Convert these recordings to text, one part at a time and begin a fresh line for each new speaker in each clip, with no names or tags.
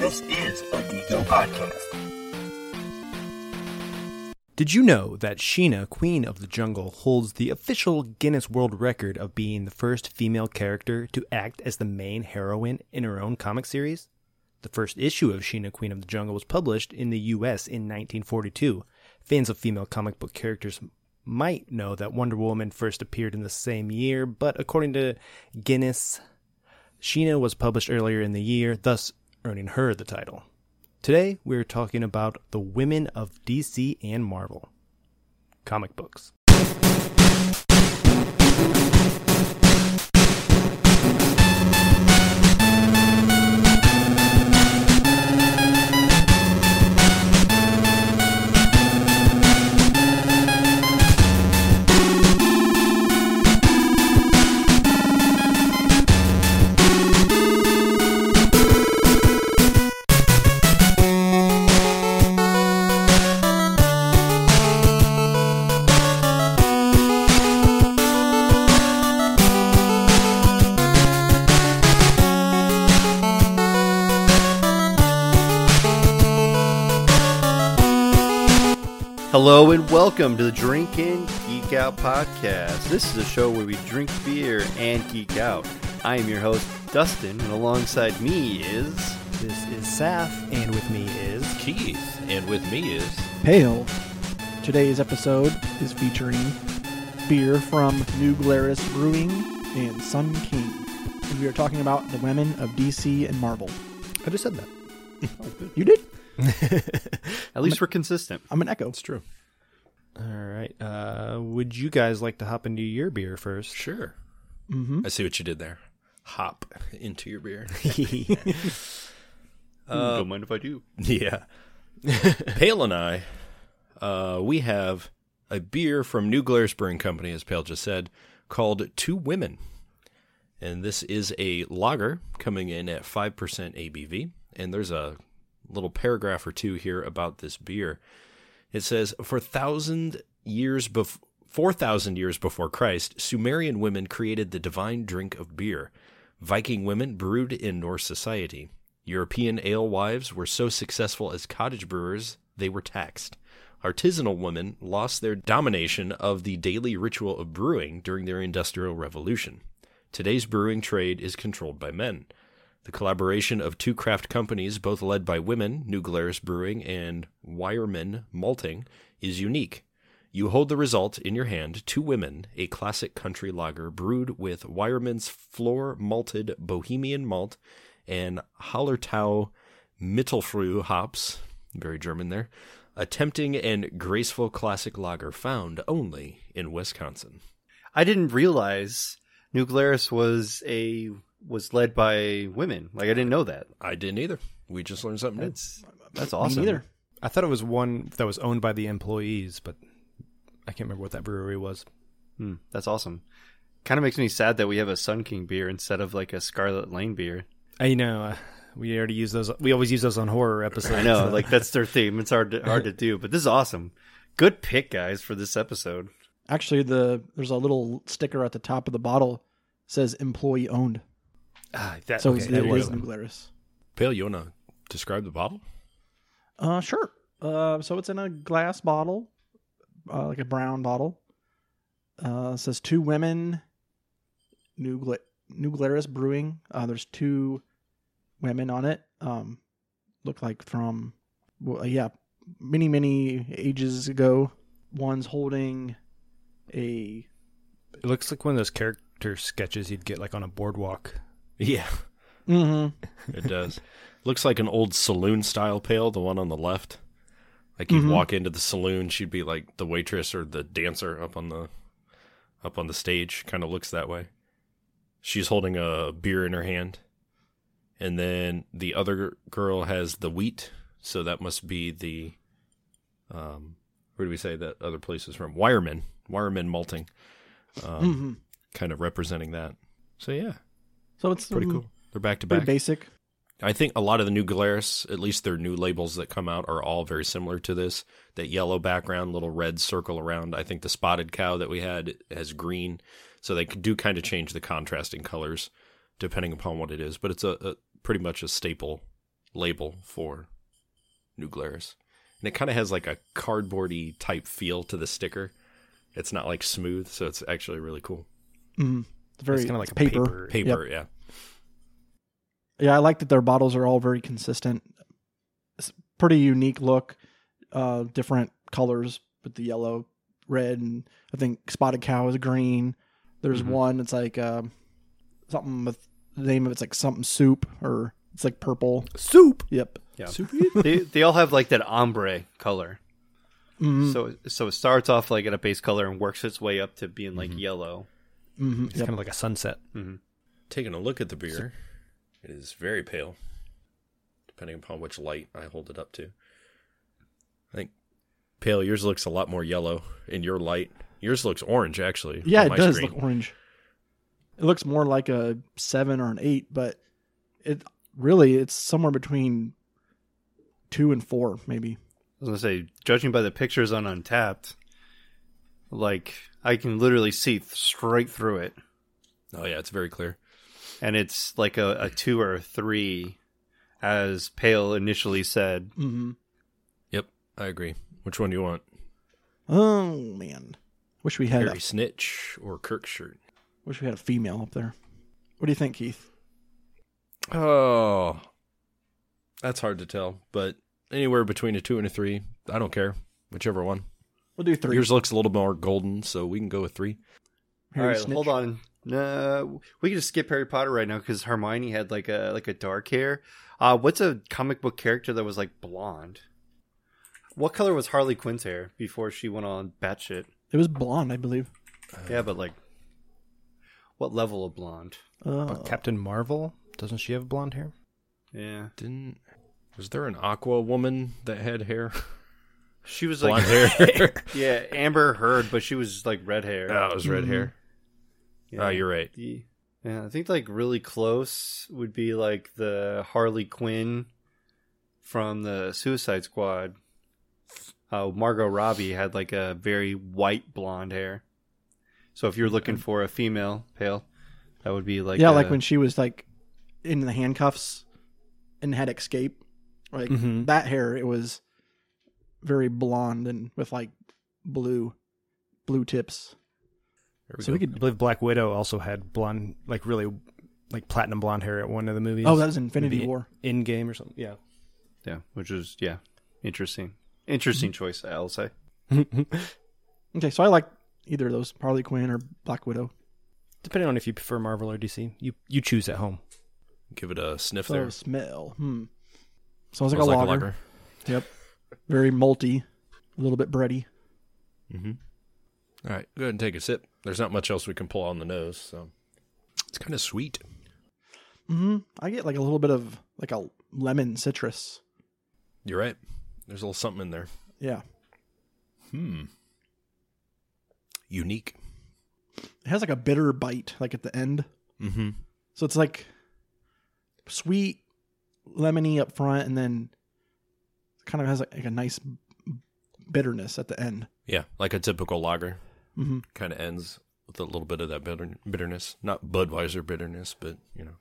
This is a Geeko podcast.
Did you know that Sheena, Queen of the Jungle, holds the official Guinness World Record of being the first female character to act as the main heroine in her own comic series? The first issue of Sheena, Queen of the Jungle was published in the US in 1942. Fans of female comic book characters might know that Wonder Woman first appeared in the same year, but according to Guinness, Sheena was published earlier in the year, thus earning her the title. Today, we're talking about the women of DC and Marvel comic books.
Hello and welcome to the Drinkin' Geek Out podcast. This is a show where we drink beer and geek out. I am your host, Dustin, and alongside me is.
This is Saf, and with me is.
Keith, and with me is
Pale. Today's episode is featuring beer from New Glarus Brewing and Sun King. And we are talking about the women of DC and Marvel. Oh,
I just said that.
You did?
At least we're consistent.
I'm an echo.
true. All right. Uh, would you guys like to hop into your beer first?
sure. I see what you did there. Hop into your beer.
Don't mind if I do.
yeah. Pale and I, uh, we have a beer from New Glarus Brewing Company, as Pale just said, called Two Women. And this is a lager coming in at 5% ABV. And there's a little paragraph or two here about this beer. It says, for thousand years bef- four thousand years before Christ, Sumerian women created the divine drink of beer. Viking women brewed in Norse society. European alewives were so successful as cottage brewers they were taxed. Artisanal women lost their domination of the daily ritual of brewing during their industrial revolution. Today's brewing trade is controlled by men. The collaboration of two craft companies, both led by women, New Glarus Brewing and Wireman Malting, is unique. You hold the result in your hand, Two Women, a classic country lager brewed with Wireman's floor malted Bohemian malt and Hallertau Mittelfrüh hops, very German there, a tempting and graceful classic lager found only in Wisconsin.
I didn't realize New Glarus was a was led by women. Like I didn't know that.
I didn't either. We just learned something new.
That's that's awesome.
neither.
I thought it was one that was owned by the employees, but I can't remember what that brewery was.
Hmm, that's awesome. Kind of makes me sad that we have a Sun King beer instead of like a Scarlet Lane beer.
I know. Uh, we already use those. We always use those on horror episodes.
I know, like that's their theme. It's hard to, hard to do, but this is awesome. Good pick, guys, for this episode.
Actually, the there's a little sticker at the top of the bottle says employee owned.
Ah, that,
So
okay,
it's-
that
it
was
is New Glarus.
Pale, you want to describe the bottle?
Uh, sure. Uh, so it's in a glass bottle, uh, like a brown bottle. Uh, it says two women, New Gla- New Glarus Brewing. Uh, there's two women on it. Um, look like from, well, uh, yeah, many many ages ago. One's holding a
It looks like one of those character sketches you'd get like on a boardwalk.
Yeah.
mm-hmm.
It does. Looks like an old saloon style pail, the one on the left. Like you'd
Mhm.
walk into the saloon, she'd be like the waitress or the dancer up on the up on the stage, kind of looks that way. She's holding a beer in her hand. And then the other girl has the wheat, so that must be the um where do we say that other place is from? Wireman. Wireman malting. Um,
hmm
kind of representing that. So yeah,
So it's
pretty
um,
cool. They're back to
Pretty
back.
basic.
I think a lot of the new Glarus, at least their new labels that come out, are all very similar to this. That yellow background, little red circle around. I think the spotted cow that we had has green, so they do kind of change the contrasting colors depending upon what it is. But it's a, a pretty much a staple label for New Glarus. And it kind of has like a cardboardy type feel to the sticker. It's not like smooth, so it's actually really cool.
Mm. It's very
it's kind of like
it's
a
paper.
paper.
Paper, yeah.
Yeah, I like that their bottles are all very consistent. It's pretty unique look, uh, different colors with the yellow, red, and I think Spotted Cow is green. There's
Mhm.
one it's like um something with the name of it's like something soup or it's like purple.
Soup.
Yep.
Yeah.
Super.
they, they all have like that ombre color.
Mm,
So so it starts off like at a base color and works its way up to being like yellow.
mhm,
It's
yep.
kind of like a sunset.
Taking a look at the beer, it is very pale, depending upon which light I hold it up to. I think pale. Yours looks a lot more yellow in your light. Yours looks orange, actually.
Yeah,
on
it
my
does
screen.
look orange. It looks more like a seven or an eight, but it really it's somewhere between two and four, maybe.
I was gonna say, judging by the pictures on Untapped, like I can literally see th- straight through it,
Oh yeah, it's very clear.
and it's like a, a two or a three, as Pale initially said.
Mm-hmm.
Yep, I agree. Which one do you want?
Oh man, wish we had
Harry
a,
Snitch or Kirk shirt?
wish we had a female up there. What do you think, Keith?
Oh, that's hard to tell, but anywhere between a two and a three, I don't care. Whichever one.
We'll do three.
Yours looks a little more golden, so we can go with three.
Harry
All right,
Snitch.
hold on. No, we can just skip Harry Potter right now because Hermione had like a like a dark hair. Uh, what's a comic book character that was like blonde? What color was Harley Quinn's hair before she went on batshit?
It was blonde, I believe.
Yeah, but like, what level of blonde?
Uh,
But Captain Marvel doesn't she have blonde hair?
Yeah,
Didn't was there an Aqua woman that had hair?
she was like
Blonde hair.
Yeah, Amber Heard, but she was like red hair.
oh, it was red hair.
Mm-hmm. yeah.
Oh, you're right.
The- Yeah, I think like really close would be like the Harley Quinn from the Suicide Squad. Uh, Margot Robbie had like a very white blonde hair. So if you're looking for a female pale, that would be like
yeah,
uh,
like when she was like in the handcuffs and had escape, like
Mhm.
that hair. It was very blonde and with like blue, blue tips.
There we
so
go.
we could I believe Black Widow also had blonde, like really, like platinum blonde hair at one of the movies.
Oh, that was Infinity
Maybe
War.
in game or something. Yeah.
yeah, which is yeah, interesting,
Mm-hmm.
interesting choice. I'll say.
Okay, so I like either of those, Harley Quinn or Black Widow.
Depending on if you prefer Marvel or DC, you you choose at home.
give it a sniff
So
there.
smell. Hmm. Sounds like
Smells
a
like
lager.
lager.
Yep. Very malty, a little bit bready.
All right, go ahead and take a sip. There's not much else we can pull on the nose, so it's kind of sweet.
hmm I get like a little bit of like a lemon citrus.
You're right. There's a little something in there.
Yeah.
Unique.
It has like a bitter bite like at the end.
Mm-hmm.
So it's like sweet, lemony up front, and then kind of has like, a nice bitterness at the end.
Yeah, like a typical lager.
hmm
Kind of ends with a little bit of that bitter- bitterness. Not Budweiser bitterness, but, you know.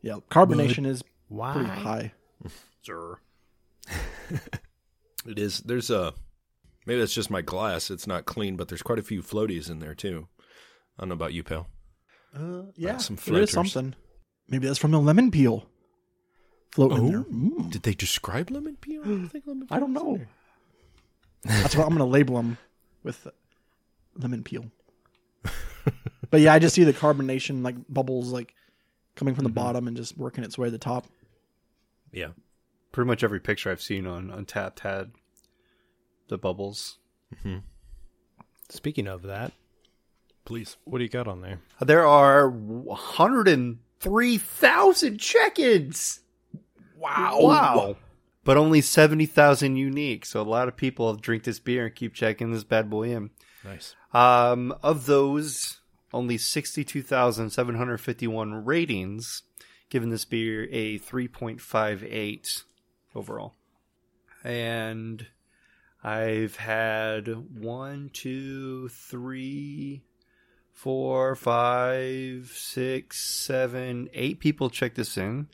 Yeah. Carbonation is
Why?
pretty high.
Sir.
It is. There's a. Maybe that's just my glass. It's not clean, but there's quite a few floaties in there, too. I don't know about you, pal.
Uh, yeah.
some
there is
floaters.
something. Maybe that's from the lemon peel floating in
Oh.
there. Mm.
Did they describe lemon peel? I don't think lemon
I don't
peel's in
know.
there.
That's what I'm going to label them with lemon peel. but yeah, I just see the carbonation like bubbles like coming
Mm-hmm.
from the bottom and just working its way to the top.
Yeah.
Pretty much every picture I've seen on Untapped had the bubbles.
Speaking of that,
Please.
what do you got on there?
There are 103,000 check-ins. Wow. Wow. But only 70,000 unique. So a lot of people have drink this beer and keep checking this bad boy in.
Nice.
Um, of those, only 62,751 ratings, giving this beer a 3.58 overall. And I've had one, two, three, four, five, six, seven, eight people check this in.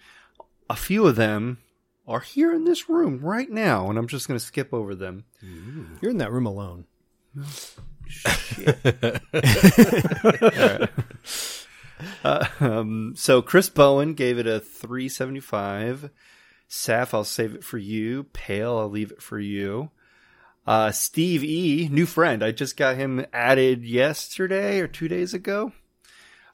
A few of them are here in this room right now, and I'm just going to skip over them.
You're in that room alone.
Um, so Chris Bowen gave it a 375. Saf, I'll save it for you. Pale, I'll leave it for you. Uh, Steve E, new friend. I just got him added yesterday or two days ago.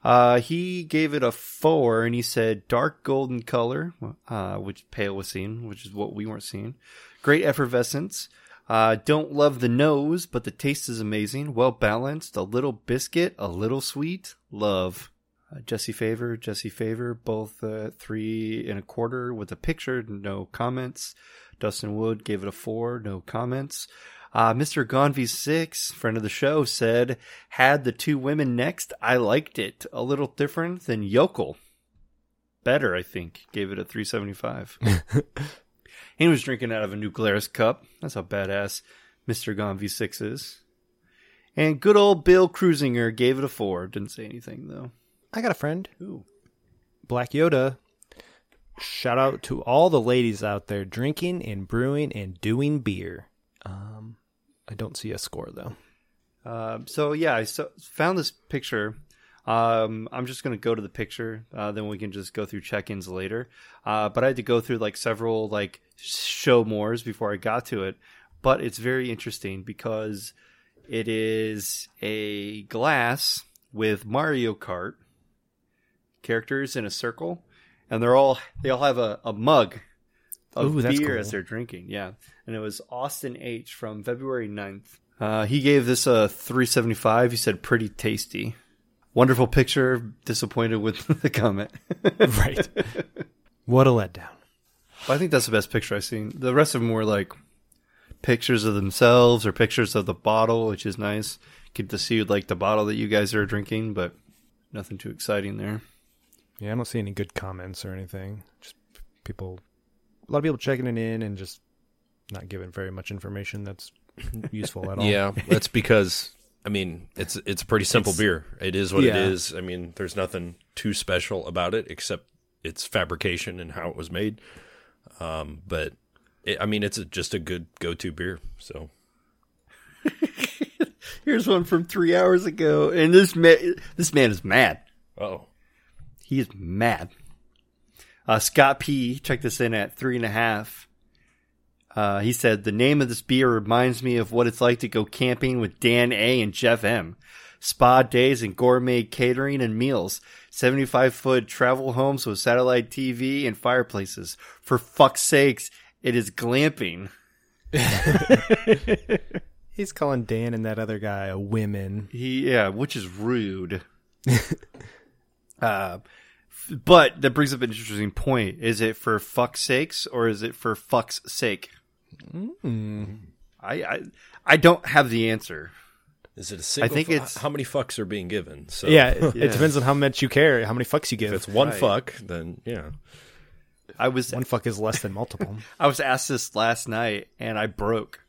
Uh, he gave it a four and he said dark golden color, uh, which Pale was seeing, which is what we weren't seeing. Great effervescence. Uh, don't love the nose, but the taste is amazing. Well balanced, a little biscuit, a little sweet. Love. Uh, Jesse Favor, Jesse Favor, both uh, three and a quarter with a picture, no comments. Dustin Wood gave it a four, no comments. Uh, Mr. Gonvi Six, friend of the show, said, "Had the two women next. I liked it. A little different than Yokel. Better, I think. Gave it a three seventy five. he was drinking out of a new Glarus cup. That's how badass Mr. Gonvi Six is. And good old Bill Cruisinger gave it a four. Didn't say anything though.
I got a friend,
Ooh.
Black Yoda. Shout out to all the ladies out there drinking and brewing and doing beer. Um, I don't see a score though.
Um, so yeah, I so, found this picture. Um, I'm just gonna go to the picture, uh, then we can just go through check-ins later. Uh, but I had to go through like several like show mores before I got to it. But it's very interesting because it is a glass with Mario Kart characters in a circle, and they're all they all have a, a mug of
Ooh, that's
beer
cool.
as they're drinking. Yeah, and it was Austin H from February 9th. Uh, he gave this a three seventy five. He said pretty tasty. Wonderful picture. Disappointed with the comment. but
Right. what a letdown.
I think that's the best picture I've seen. The rest of them were like pictures of themselves or pictures of the bottle, which is nice. Get to see like the bottle that you guys are drinking, but nothing too exciting there.
Yeah, I don't see any good comments or anything. Just people, a lot of people checking it in and just not giving very much information that's useful at all.
Yeah, that's because I mean it's it's a pretty simple beer. It is what
Yeah.
it is. I mean, there's nothing too special about it except its fabrication and how it was made. Um, but it, I mean, it's a, just a good go-to beer. So
Here's one from three hours ago, and this man, this man is mad.
oh,
He is mad. Uh, Scott P. checked this in at three and a half. Uh, he said the name of this beer reminds me of what it's like to go camping with Dan A. and Jeff M. Spa days and gourmet catering and meals, seventy-five foot travel homes with satellite TV and fireplaces. For fuck's sakes, it is glamping.
He's calling Dan and that other guy a women.
He yeah, which is rude. uh, f- but that brings up an interesting point. Is it for fuck's sakes or is it for fuck's sake? I, I I don't have the answer.
is it a single?
think
fu-
it's-
how many fucks are being given. So
Yeah,
if
it, it depends on how much you care, how many fucks you give.
it's one fuck, then yeah,
I was
one fuck is less than multiple.
I was asked this last night and I broke.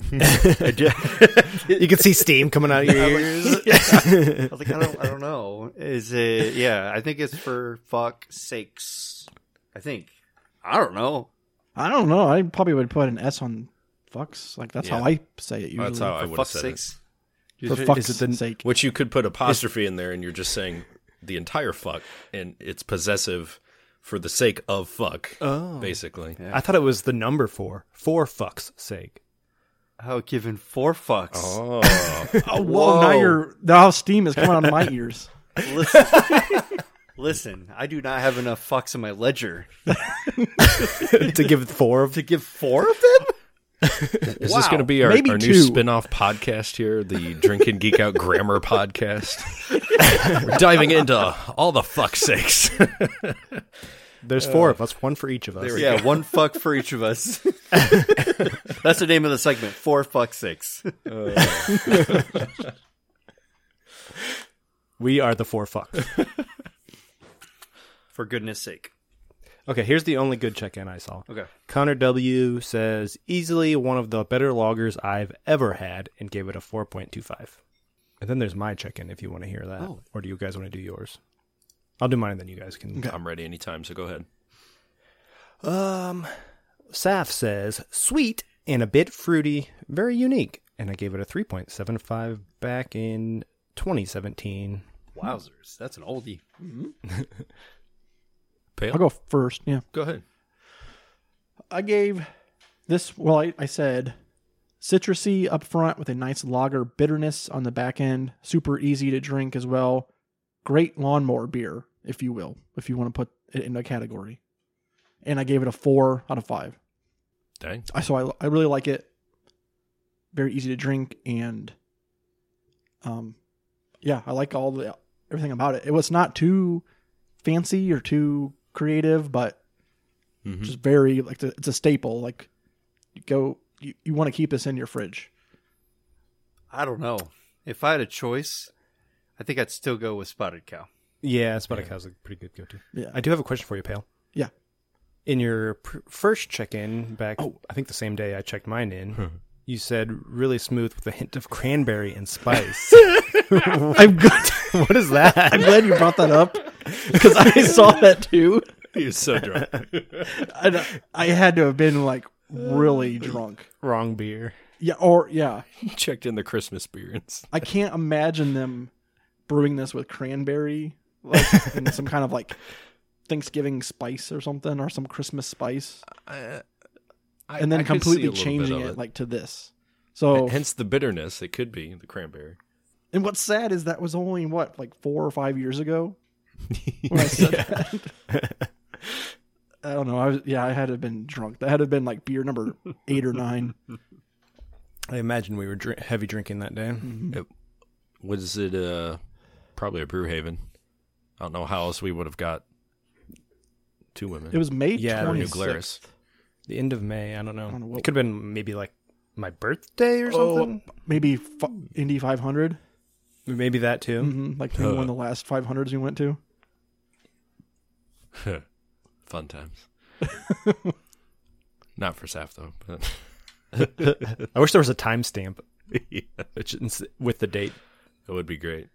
you can see steam coming out of your ears.
I was like, I don't I don't know. Is it yeah, I think it's for fuck's sakes. I think. I don't know.
I don't know. I probably would put an S on fucks. Like that's how
Yeah.
I say it usually.
that's how I would have
Fuck's
said it.
sakes.
for
Is it-
fuck's
is it the-
sake.
Which you could put apostrophe in there, and you're just saying the entire fuck, and it's possessive for the sake of fuck,
Oh.
basically.
I thought it was the number four, for fuck's sake.
Oh, given four fucks.
Oh.
Oh, whoa! Now you're now steam is coming out of my ears.
Listen, listen, I do not have enough fucks in my ledger
to give four of
to give four of them.
Is this going to be our,
Maybe
our new
two.
spin off podcast here, the Drink and Geek Out Grammar podcast? We're diving into all the fuck sakes.
There's four of us, one for each of us.
yeah, one fuck for each of us. That's the name of the segment. Four fuck six.
We are the four fucks.
For goodness sake.
okay, here's the only good check in I saw.
Okay.
Connor W says easily one of the better loggers I've ever had and gave it a 4.25. And then there's my check-in if you want to hear that or do you guys want to do yours? I'll do mine and then you guys can
I'm ready anytime, so go ahead.
Um Saf says, sweet and a bit fruity, very unique. And I gave it a 3.75 back in 2017.
Wowzers, that's an oldie. Mm-hmm.
Mhm.
Pale,
I'll go first. Yeah.
Go ahead.
I gave this, well, I, I said citrusy up front with a nice lager bitterness on the back end. Super easy to drink as well. Great lawnmower beer, if you will, if you want to put it in a category. And I gave it a four out of five.
Dang,
I so I, I really like it. Very easy to drink and um yeah, I like all the everything about it. It was not too fancy or too creative, but
Mhm.
just very like the, it's a staple. Like you go you, you want to keep this in your fridge.
I don't know. If I had a choice, I think I'd still go with Spotted Cow.
Yeah, Spotted Cow's a pretty good go to.
Yeah.
I do have a question for you, Pale.
Yeah.
In your pr- first check in back, I think the same day I checked mine in, you said really smooth with a hint of cranberry and spice.
I'm good.
what is that?
I'm glad you brought that up because I saw that too.
you're so drunk.
And I had to have been like really
Uh.
drunk.
Wrong beer.
Yeah, or yeah.
Checked in the Christmas beers.
I can't imagine them brewing this with cranberry like, and some kind of like Thanksgiving spice or something, or some Christmas spice,
I, uh, I-
and then
I could see a
completely
little bit
changing
of
it like oh. to this. So,
Hence the bitterness. It could be the cranberry.
and what's sad is that was only what like four or five years ago when I said that. I don't know. I was yeah. I had to have been drunk. That had to have been like beer number eight or nine.
I imagine we were dr- heavy drinking that day.
Was it uh probably a brew haven? I don't know how else we would have got two women.
It was May
Yeah,
or
twenty
New Glarus.
sixth.
The end of May. I don't know.
I don't know what-
It could have been maybe like my birthday or something.
Maybe f- Indy five hundred.
Maybe that too.
Mm-hmm. Like maybe one of the last five hundreds we went to.
Fun times. Not for Saf though. But
I wish there was a timestamp
yeah,
which ins- with the date.
that would be great.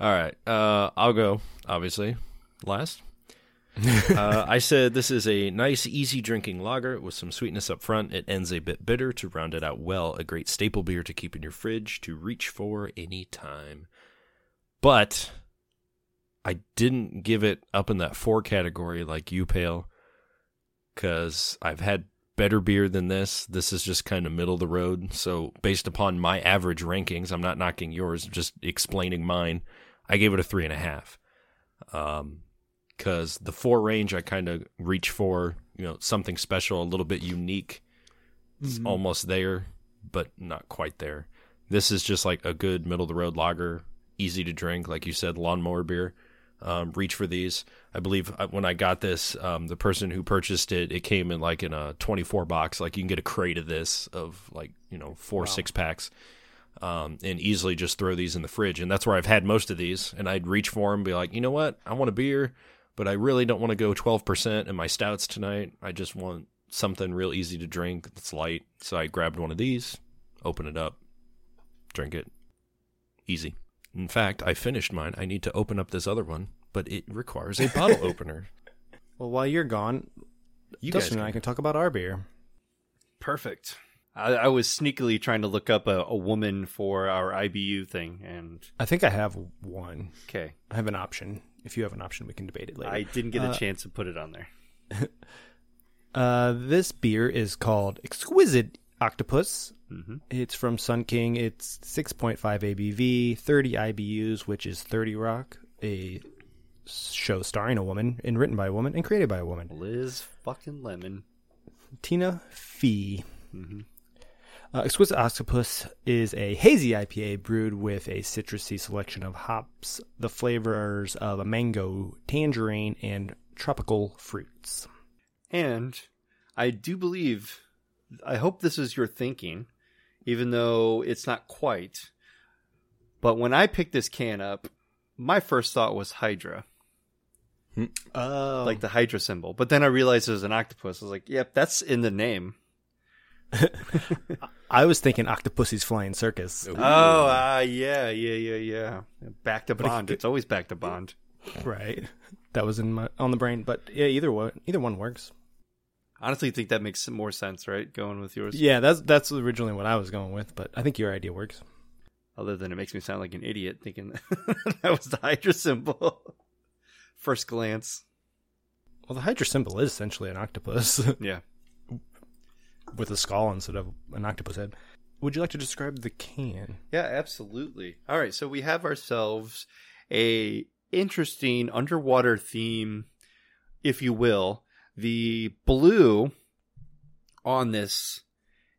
All right, uh, I'll go. Obviously, last. uh, I said this is a nice, easy drinking lager with some sweetness up front. It ends a bit bitter to round it out well. A great staple beer to keep in your fridge to reach for any time. But I didn't give it up in that four category like you pale because I've had better beer than this. This is just kind of middle of the road. So based upon my average rankings, I'm not knocking yours, just explaining mine. I gave it a three and a half. Um, because the four range I kind of reach for, you know, something special, a little bit unique. It's
Mm-hmm.
almost there, but not quite there. This is just like a good middle of the road lager, easy to drink, like you said, lawnmower beer. Um, reach for these. I believe I- when I got this, um, the person who purchased it, it came in like in a 24 box. Like you can get a crate of this of like you know four six packs, um, and easily just throw these in the fridge. And that's where I've had most of these. And I'd reach for them, be like, you know what, I want a beer, but I really don't want to go 12% in my stouts tonight. I just want something real easy to drink that's light. So I grabbed one of these, open it up, drink it. Easy. In fact, I finished mine. I need to open up this other one, but it requires a bottle opener.
Well, while you're gone,
You
Dustin and
guys
I can talk about our beer.
Perfect. I, I was sneakily trying to look up a, a woman for our IBU thing, and
I think I have one.
okay,
I have an option. If you have an option, we can debate it later.
I didn't get a chance to put it on there.
Uh, this beer is called Exquisite Octopus.
Mhm.
It's from Sun King. It's 6.5 ABV, 30 IBUs, which is 30 Rock, a show starring a woman and written by a woman and created by a woman.
Liz fucking Lemon.
Tina Fee. Uh, Exquisite Octopus is a hazy IPA brewed with a citrusy selection of hops, the flavors of a mango, tangerine, and tropical fruits.
And I do believe, I hope this is your thinking, even though it's not quite. But when I picked this can up, my first thought was Hydra,
Oh,
like the Hydra symbol. But then I realized it was an octopus. I was like, yep, that's in the name.
I was thinking Octopussy's Flying Circus.
can-
Oh, ah, yeah, yeah, yeah, yeah. Back to Bond. It's always back to Bond.
Right. That was in my on the brain, but yeah, either one, either one works.
honestly think that makes more sense, right? Going with yours.
Yeah, that's that's originally what I was going with, but I think your idea works.
Other than it makes me sound like an idiot thinking that was the Hydra symbol. First glance.
Well, the Hydra symbol is essentially an octopus
Yeah.
with a skull instead of an octopus head. Would you like to describe the can?
Yeah, absolutely. All right, so we have ourselves a interesting underwater theme, if you will. The blue on this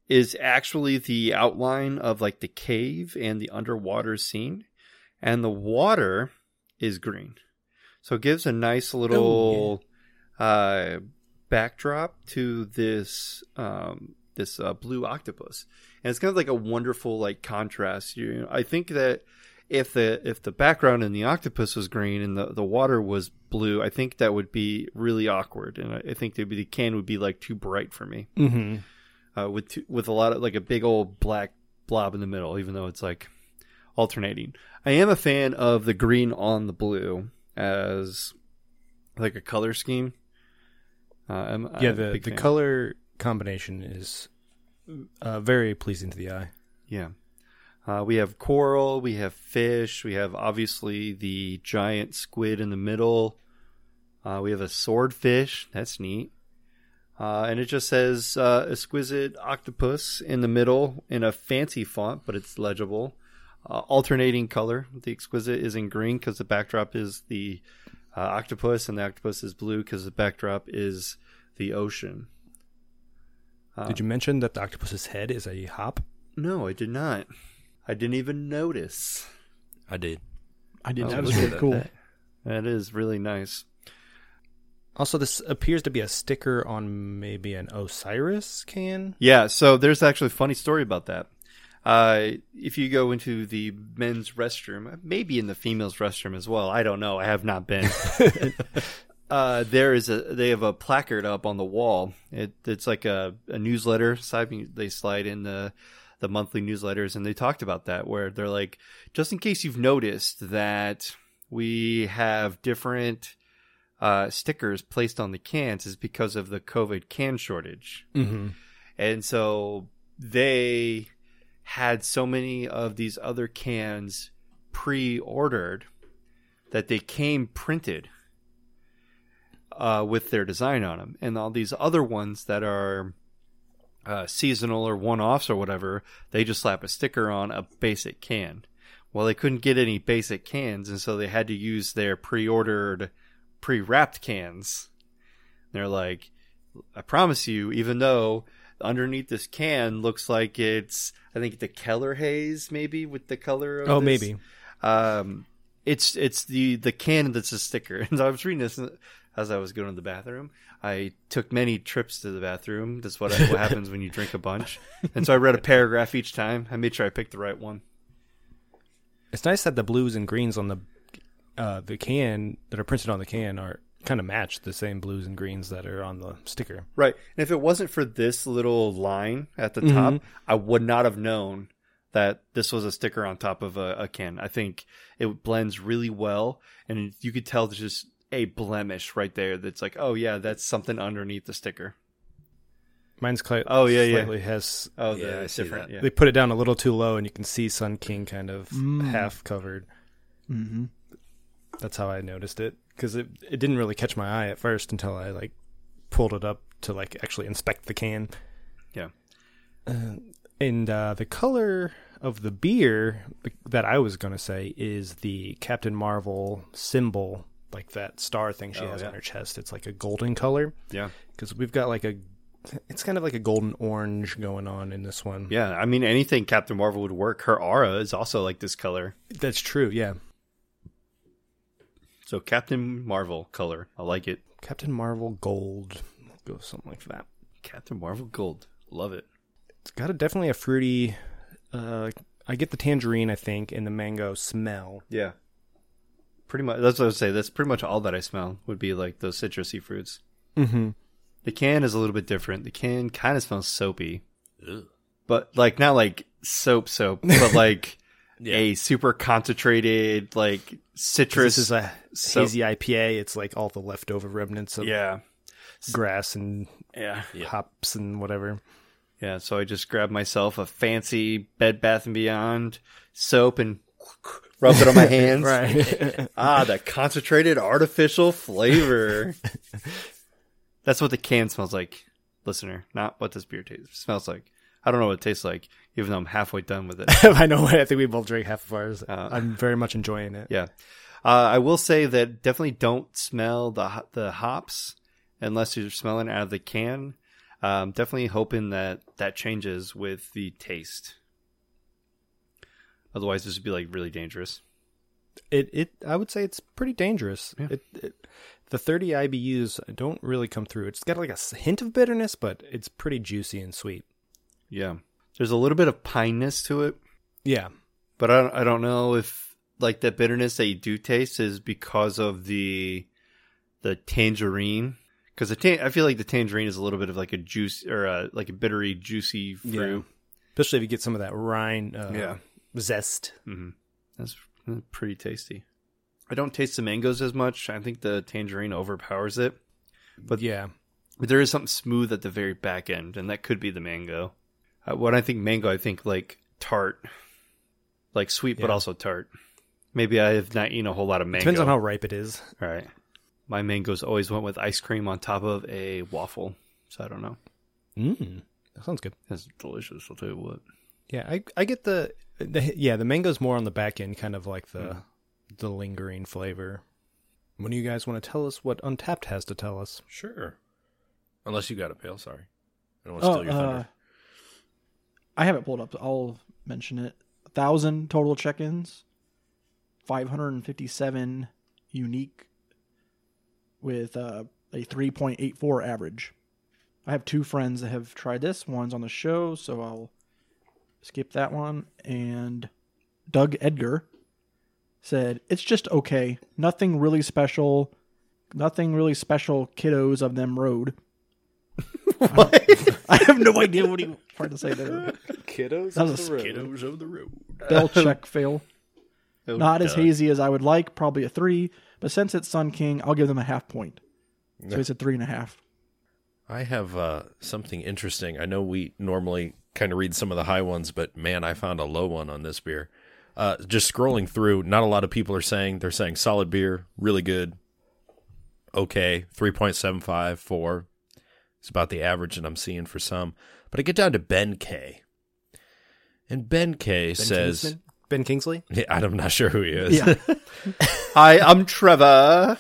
is actually the outline of like the cave and the underwater scene, and the water is green. So it gives a nice little uh, backdrop to this um, this uh, blue octopus and it's kind of like a wonderful like contrast. You, I think that if the if the background in the octopus was green and the, the water was blue, I think that would be really awkward, and I, I think that the can would be like too bright for me
Mm-hmm.
uh, with two, with a lot of like a big old black blob in the middle, even though it's like alternating. I am a fan of the green on the blue as like a color scheme. Uh, I'm,
Yeah,
I'm a
the
big
the
fan.
color combination is uh, very pleasing to the eye.
Yeah. Uh, we have coral, we have fish, we have obviously the giant squid in the middle. Uh, we have a swordfish. That's neat. Uh, and it just says uh, exquisite octopus in the middle in a fancy font, but it's legible. Uh, alternating color. The exquisite is in green because the backdrop is the uh, octopus, and the octopus is blue because the backdrop is the ocean. Uh,
Did you mention that the octopus's head is a hop?
No, I did not. I didn't even notice.
I did.
I didn't.
Oh,
That was
look at
really
that.
cool.
That- that is really nice.
Also, this appears to be a sticker on maybe an Osiris can.
Yeah, so there's actually a funny story about that. Uh, if you go into the men's restroom, maybe in the females' restroom as well. I don't know. I have not been. uh, there is a they have a placard up on the wall. It, it's like a, a newsletter. Side they slide in the the monthly newsletters, and they talked about that where they're like, just in case you've noticed that we have different uh, stickers placed on the cans, is because of the COVID can shortage.
Mm-hmm.
And so they had so many of these other cans pre ordered that they came printed uh, with their design on them. And all these other ones that are uh, seasonal or one offs or whatever, they just slap a sticker on a basic can. Well, they couldn't get any basic cans, and so they had to use their pre ordered, pre wrapped cans. They're like, I promise you, even though underneath this can looks like it's, I think the Keller haze, maybe with the color. Of
Oh,
this.
maybe.
Um, it's it's the the can that's a sticker. And I was reading this as I was going to the bathroom. I took many trips to the bathroom. That's what, what happens when you drink a bunch. And so I read a paragraph each time. I made sure I picked the right one.
It's nice that the blues and greens on the uh, the can that are printed on the can are kind of match the same blues and greens that are on the sticker.
Right. And if it wasn't for this little line at the top, I would not have known that this was a sticker on top of a, a can. I think it blends really well. And you could tell there's just a blemish right there that's like, oh, yeah, that's something underneath the sticker.
Mine's cli-
Oh, yeah, yeah.
slightly has
Oh,
Yeah,
the
I see
different.
that.
Yeah.
they put it down a little too low and you can see Sun King kind of
Mm.
half covered.
Mm-hmm.
That's how I noticed it because it it didn't really catch my eye at first until I like pulled it up to like actually inspect the can.
Yeah.
Uh, and uh, the color of the beer that I was gonna say is the Captain Marvel symbol, like that star thing she
Oh,
has
yeah.
on her chest. It's like a golden color
Yeah.
because we've got like a. It's kind of like a golden orange going on in this one.
Yeah, I mean anything Captain Marvel would work. Her aura is also like this color.
That's true. Yeah.
So Captain Marvel color. I like it.
Captain Marvel Gold. Go something like that.
Captain Marvel gold. Love it.
It's got a definitely a fruity. Uh, I get the tangerine, I think, and the mango smell.
Yeah. Pretty much that's what I would say. That's pretty much all that I smell would be like those citrusy fruits.
Mm-hmm.
The can is a little bit different. The can kind of smells soapy.
Ugh.
But like not like soap soap, but like
Yeah.
a super concentrated like citrus
This is a
so-
hazy IPA. It's like all the leftover remnants of
Yeah.
grass and
Yeah.
Yeah.
hops and whatever.
Yeah, so I just grabbed myself a fancy Bed Bath and Beyond soap and rubbed it on my hands.
Right.
Ah, the concentrated artificial flavor. That's what the can smells like, listener, not what this beer tastes smells like. I don't know what it tastes like, even though I'm halfway done with it.
I know. I think we both drank half of ours.
Uh,
I'm very much enjoying it.
Yeah, uh, I will say that definitely don't smell the ho- the hops unless you're smelling out of the can. Um, definitely hoping that that changes with the taste. Otherwise, this would be like really dangerous.
It it I would say it's pretty dangerous.
Yeah.
It, it the 30 IBUs don't really come through. It's got like a s- hint of bitterness, but it's pretty juicy and sweet.
Yeah, there's a little bit of pineness to it,
Yeah.
but I don't, I don't know if like that bitterness that you do taste is because of the the tangerine. Because the ta- I feel like the tangerine is a little bit of like a juice or a, like a bittery, juicy fruit.
Especially if you get some of that rind uh,
Yeah.
zest.
Mm-hmm. That's pretty tasty. I don't taste the mangoes as much. I think the tangerine overpowers it.
But yeah.
But there is something smooth at the very back end, and that could be the mango. Uh, when I think mango, I think like tart, like sweet but
Yeah.
also tart. Maybe I have not eaten a whole lot of mango.
Depends on how ripe it is.
All right. My mangoes always went with ice cream on top of a waffle, so I don't know.
Mm. That sounds good.
That's delicious. I'll tell you what.
Yeah, I I get the, the yeah the mango's more on the back end, kind of like the
Hmm.
the lingering flavor. When do you guys want to tell us what Untapped has to tell us?
Sure. Unless you got a pail, sorry. I don't want to
Oh,
steal your
uh,
thunder.
I have it pulled up. I'll mention it. A thousand total check-ins, five hundred and fifty-seven unique, with uh, a three point eight four average. I have two friends that have tried this. One's on the show, so I'll skip that one. And Doug Edgar said it's just okay. Nothing really special. Nothing really special. Kiddos of them road. I have no idea what he tried to say there.
Kiddos,
That was a
Kiddos of the road.
spell check fail.
Oh,
Not as
duh.
hazy as I would like, probably a three. But since it's Sun King, I'll give them a half point. So it's a three and a half.
I have uh, something interesting. I know we normally kind of read some of the high ones, but man, I found a low one on this beer. Uh, just scrolling through, not a lot of people are saying. They're saying solid beer, really good, okay, 3.75, 4. It's about the average that I'm seeing for some. But I get down to Ben K. And Ben K says,
Ben Kingsley.
Yeah, I'm not sure who he is.
Yeah.
Hi, I'm Trevor.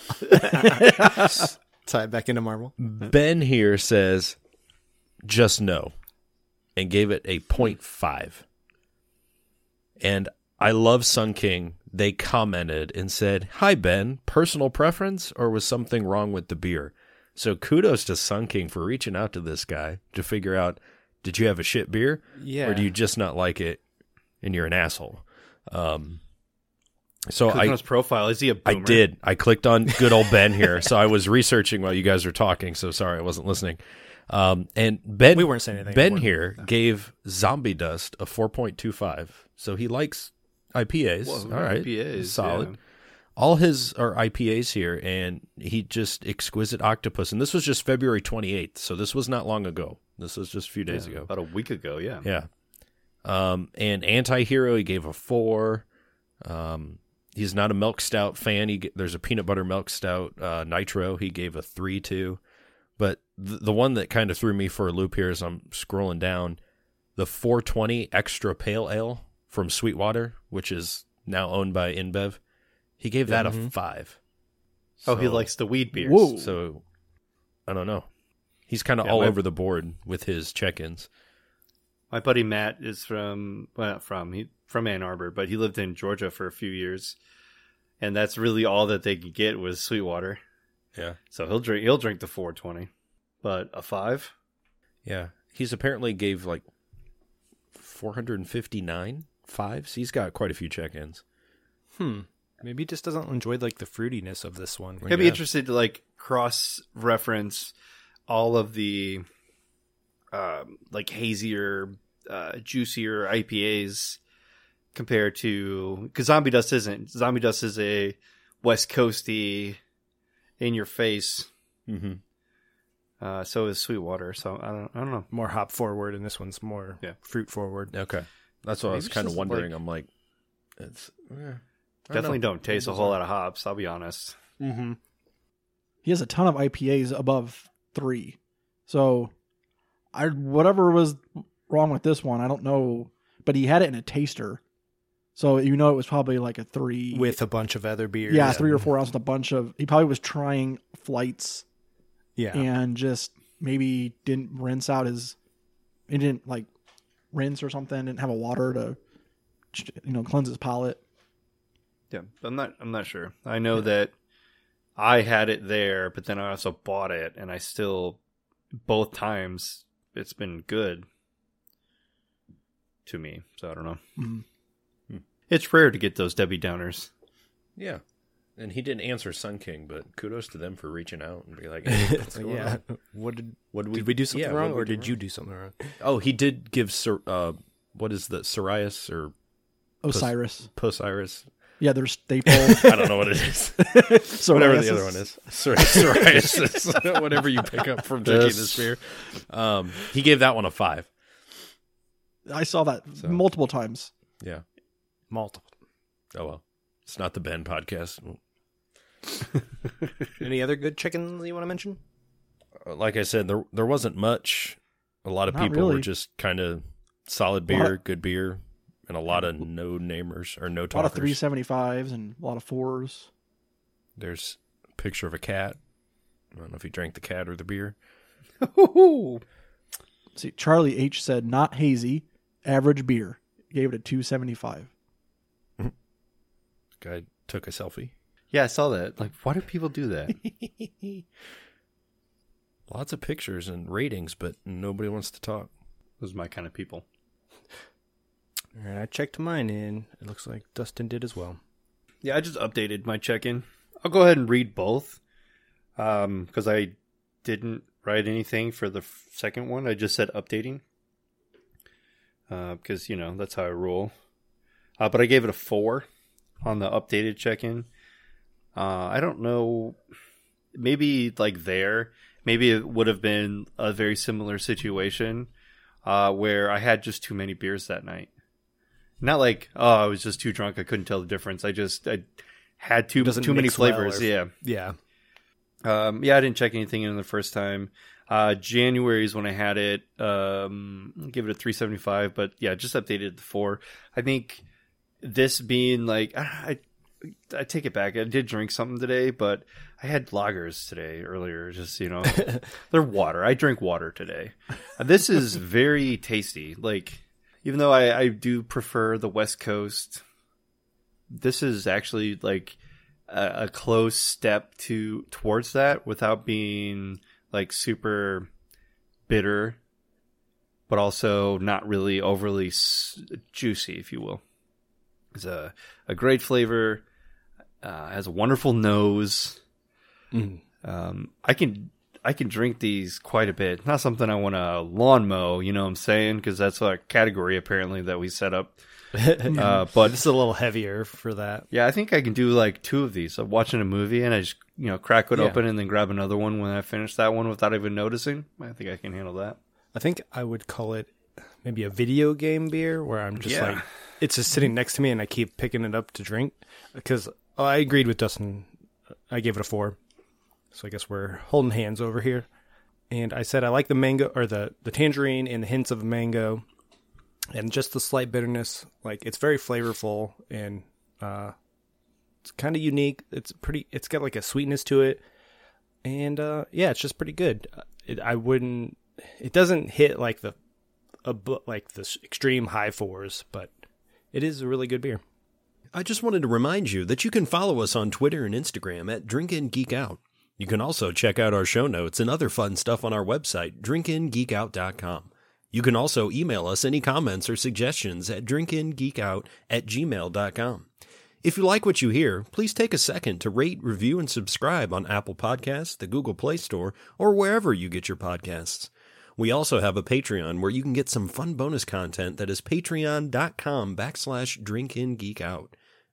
Tie it back into Marvel.
Ben here says, just no, and gave it a 0.5. And I love Sun King. They commented and said, Hi, Ben, personal preference, or was something wrong with the beer? So kudos to Sun King for reaching out to this guy to figure out did you have a shit beer?
Yeah.
Or do you just not like it and you're an asshole? Um, so
Click
I,
on his profile. Is he a
I
boomer?
did. I clicked on good old Ben here. so I was researching while you guys were talking. So sorry, I wasn't listening. Um, and Ben,
We weren't saying anything.
Ben
We weren't.
here gave Zombie Dust a 4.25. So he likes IPAs.
Whoa,
All right.
IPAs,
Solid.
yeah.
All his are IPAs here. And he just exquisite octopus. And this was just February 28th. So this was not long ago. This was just a few days ago.
About a week ago, yeah.
Yeah. Um, and anti-hero, he gave a four. Um, he's not a milk stout fan. He g- there's a peanut butter milk stout uh, nitro. He gave a three to. But th- the one that kind of threw me for a loop here is I'm scrolling down the 420 extra pale ale from Sweetwater, which is now owned by InBev. He gave that a five.
Mm-hmm. Oh, he
So-
likes the weed beers.
Whoa.
So I don't know. He's kind of
Yeah,
all
my-
over the board with his check-ins.
My buddy Matt is from well, not from he from Ann Arbor, but he lived in Georgia for a few years, and that's really all that they could get was Sweetwater.
Yeah.
So he'll drink he'll drink the 420, but a five.
Yeah. He's apparently gave like 459 fives. He's got quite a few check ins.
Hmm. Maybe he just doesn't enjoy like the fruitiness of this one.
I'd be interested to like cross reference all of the um, like hazier, uh, juicier IPAs compared to because Zombie Dust isn't. Zombie Dust is a West Coasty, in your face
Mm-hmm.
Uh, so is Sweetwater. So I don't, I don't know.
More hop forward, and this one's more
Yeah.
fruit forward.
Okay, that's what I
Maybe
was
it's
kind of
just,
wondering.
like-
I'm like, it's eh, I don't
Definitely
know.
don't taste a whole lot of hops. I'll be honest.
Mm-hmm.
He has a ton of IPAs above three. So I whatever was wrong with this one, I don't know. But he had it in a taster. So you know it was probably like a three
With a bunch of other beers.
yeah, three or
and-
four ounces and a bunch of he probably was trying flights
Yeah.
and just maybe didn't rinse out his he didn't like rinse or something didn't have a water to ch- you know cleanse his palate
Yeah, I'm not. I'm not sure. I know that I had it there, but then I also bought it, and I still both times it's been good to me. So I don't know.
Mm-hmm.
Mhm.
It's rare to get those Debbie Downers.
Yeah, and he didn't answer Sun King, but kudos to them for reaching out and be like, hey, what's going
yeah.
on?
What did
What
did we do something
yeah,
wrong,
what
or
we do
did you do something wrong?
wrong? Oh, he did give Sir, uh, what is the Sirius or
osiris
Posiris?
yeah they're staple
I don't know what it is.
so
whatever the other one is. Sor- psoriasis, whatever you pick up from drinking
Yes.
this beer. Um, he gave that one a five.
i saw that
So.
multiple times
Yeah.
Multiple.
Oh well, it's not the Ben podcast.
Any other good chickens you want to mention?
Like I said, there there wasn't much. A lot of
Not
people were
really.
just kind of solid
Lot-
beer, good beer, and a lot of no namers or no
a lot of
talkers.
375s and a lot of fours
There's a picture of a cat. I don't know if he drank the cat or the beer.
see charlie h said not hazy average beer gave it a 275
Guy took a selfie.
Yeah, I saw that. Like, why do people do that?
Lots of pictures and ratings, but nobody wants to talk.
Those are my kind of people.
All right, I checked mine in. It looks like Dustin did as well.
Yeah, I just updated my check-in. I'll go ahead and read both um, because I didn't write anything for the f- second one. I just said updating because you know that's how I roll. Uh, but I gave it a four on the updated check-in. Uh, I don't know. Maybe like there, maybe it would have been a very similar situation uh, where I had just too many beers that night. Not like oh, I was just too drunk. I couldn't tell the difference. I just I had too
Doesn't
too many
mix well or-
flavors. yeah,
Yeah.
um, yeah, I didn't check anything in the first time. Uh, January is when I had it. Um, give it a 375, but yeah, just updated the four. I think this being like, ah, I, I take it back. I did drink something today, but I had lagers today earlier. Just you know, they're water. I drink water today. Uh, This is very tasty. Like, even though I, I do prefer the West Coast, this is actually like a, a close step to towards that without being like super bitter but also not really overly s- juicy if you will it's a, a great flavor uh, has a wonderful nose
Mhm.
um, i can i can drink these quite a bit not something i want to lawn mow you know what i'm saying because that's a category apparently that we set up uh, but
This is a little heavier for that.
yeah, I think I can do like two of these. I'm watching a movie and I just, you know, crack it
Yeah.
open and then grab another one when I finish that one without even noticing. I think I can handle that.
I think I would call it maybe a video game beer where I'm just
Yeah.
like, it's just sitting next to me and I keep picking it up to drink. Because I agreed with Dustin. I gave it a four. So I guess we're holding hands over here. And I said I like the mango or the, the tangerine and the hints of mango and just the slight bitterness. Like it's very flavorful and uh, it's kind of unique. It's pretty, it's got like a sweetness to it. And uh, yeah, it's just pretty good. It, I wouldn't it doesn't hit like the a bu- like the s- extreme high fours, but it is a really good beer.
I just wanted to remind you that you can follow us on Twitter and Instagram at Drink and Geek Out. You can also check out our show notes and other fun stuff on our website, drinkingeekout.com. You can also email us any comments or suggestions at drinkingeekout at gmail.com. If you like what you hear, please take a second to rate, review, and subscribe on Apple Podcasts, the Google Play Store, or wherever you get your podcasts. We also have a Patreon where you can get some fun bonus content that is patreon.com backslash drinkingeekout.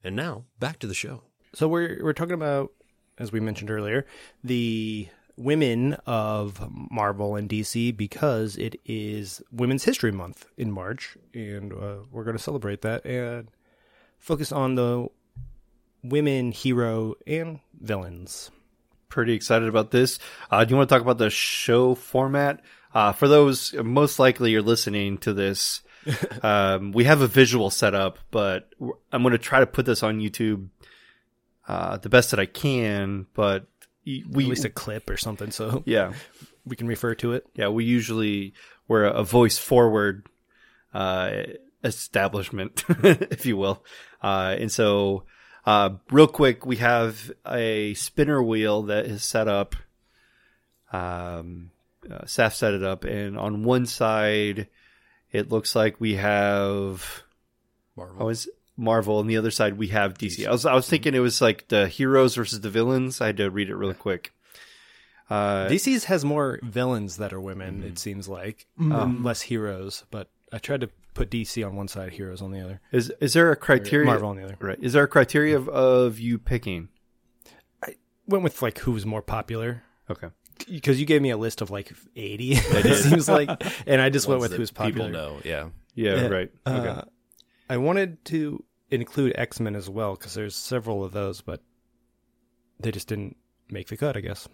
And now, back to the show.
So we're we're talking about, as we mentioned earlier, the women of Marvel and DC because it is Women's History Month in March, and uh, we're going to celebrate that and focus on the women hero and villains.
pretty excited about this. Uh, do you want to talk about the show format? Uh, for those most likely you're listening to this, um, we have a visual setup, but w- I'm going to try to put this on YouTube uh, the best that I can. But y- we,
At least a clip or something, so
yeah,
we can refer to it.
yeah, we usually we're a voice forward uh, establishment, if you will. Uh, and so, uh, real quick, we have a spinner wheel that is set up. Um, uh, Saf set it up, and on one side, it looks like we have
Marvel.
oh, is Marvel, and the other side we have DC. I was I was thinking it was like the heroes versus the villains. I had to read it really quick. Uh,
DC's has more villains that are women,
Mm-hmm.
it seems like, um, less heroes. But I tried to put DC on one side, heroes on the other,
Is is there a criteria?
Marvel on the other.
Right. Is there a criteria of, of you picking?
Went with like who was more popular
Okay.
because you gave me a list of like eighty. it seems like, and I just went with
Ones that
who's popular.
People know, yeah.
Yeah.
Yeah.
Right. Okay.
Uh, I wanted to include X Men as well because there's several of those, but they just didn't make the cut, I guess.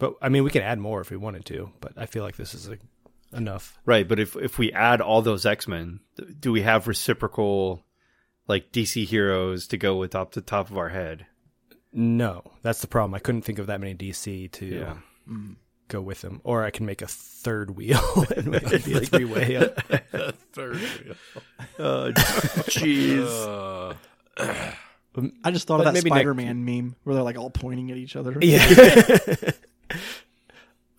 But I mean, we could add more if we wanted to, but I feel like this is like, enough.
right. But if if we add all those X Men, do we have reciprocal, like DC heroes to go with off the top of our head?
No, that's the problem. I couldn't think of that many DC to
Yeah.
go with them, or I can make a third wheel and make it be a three way.
Third.
Uh,
Jeez.
Uh,
I just thought
But
of that
maybe next-
Spider Man meme where they're like all pointing at each other.
Yeah. but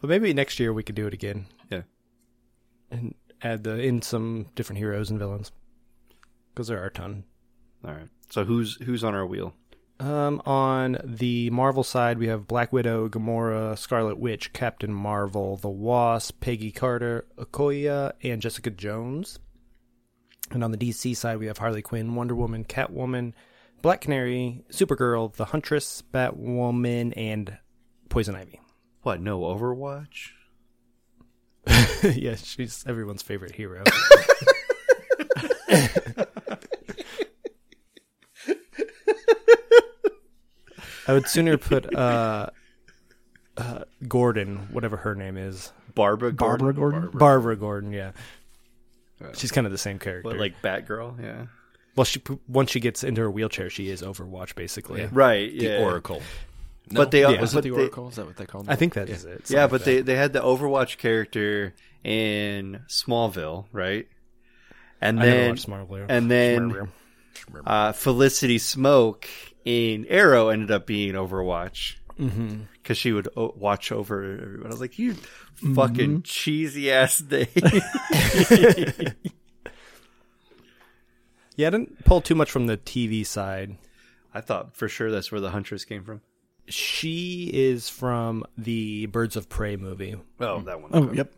maybe next year we could do it again.
Yeah.
And add the in some different heroes and villains because there are a ton.
all right. So who's who's on our wheel?
Um, on the Marvel side, we have Black Widow, Gamora, Scarlet Witch, Captain Marvel, The Wasp, Peggy Carter, Okoya, and Jessica Jones. And on the DC side, we have Harley Quinn, Wonder Woman, Catwoman, Black Canary, Supergirl, The Huntress, Batwoman, and Poison Ivy.
What? No Overwatch.
yeah, she's everyone's favorite hero. I would sooner put uh, uh, Gordon, whatever her name is,
Barbara. Gordon?
Barbara Gordon.
Barbara Gordon. Yeah, she's kind of the same character.
What, like Batgirl. Yeah.
well, she once she gets into her wheelchair, she is Overwatch basically.
Right.
the
Yeah.
Oracle.
But they
Yeah.
Was
but
it the
they-
Oracle? Is that what they called?
I think that is it.
Yeah, but they they had the Overwatch character in Smallville, right? And
I never
then
watched Marvel.
and then uh, Felicity Smoke in Arrow ended up being Overwatch because she would o- watch over everyone. I was like, you fucking cheesy ass day.
yeah, I didn't pull too much from the TV side.
I thought for sure that's where the Huntress came from.
She is from the Birds of Prey movie.
Oh, that one.
Oh, yep.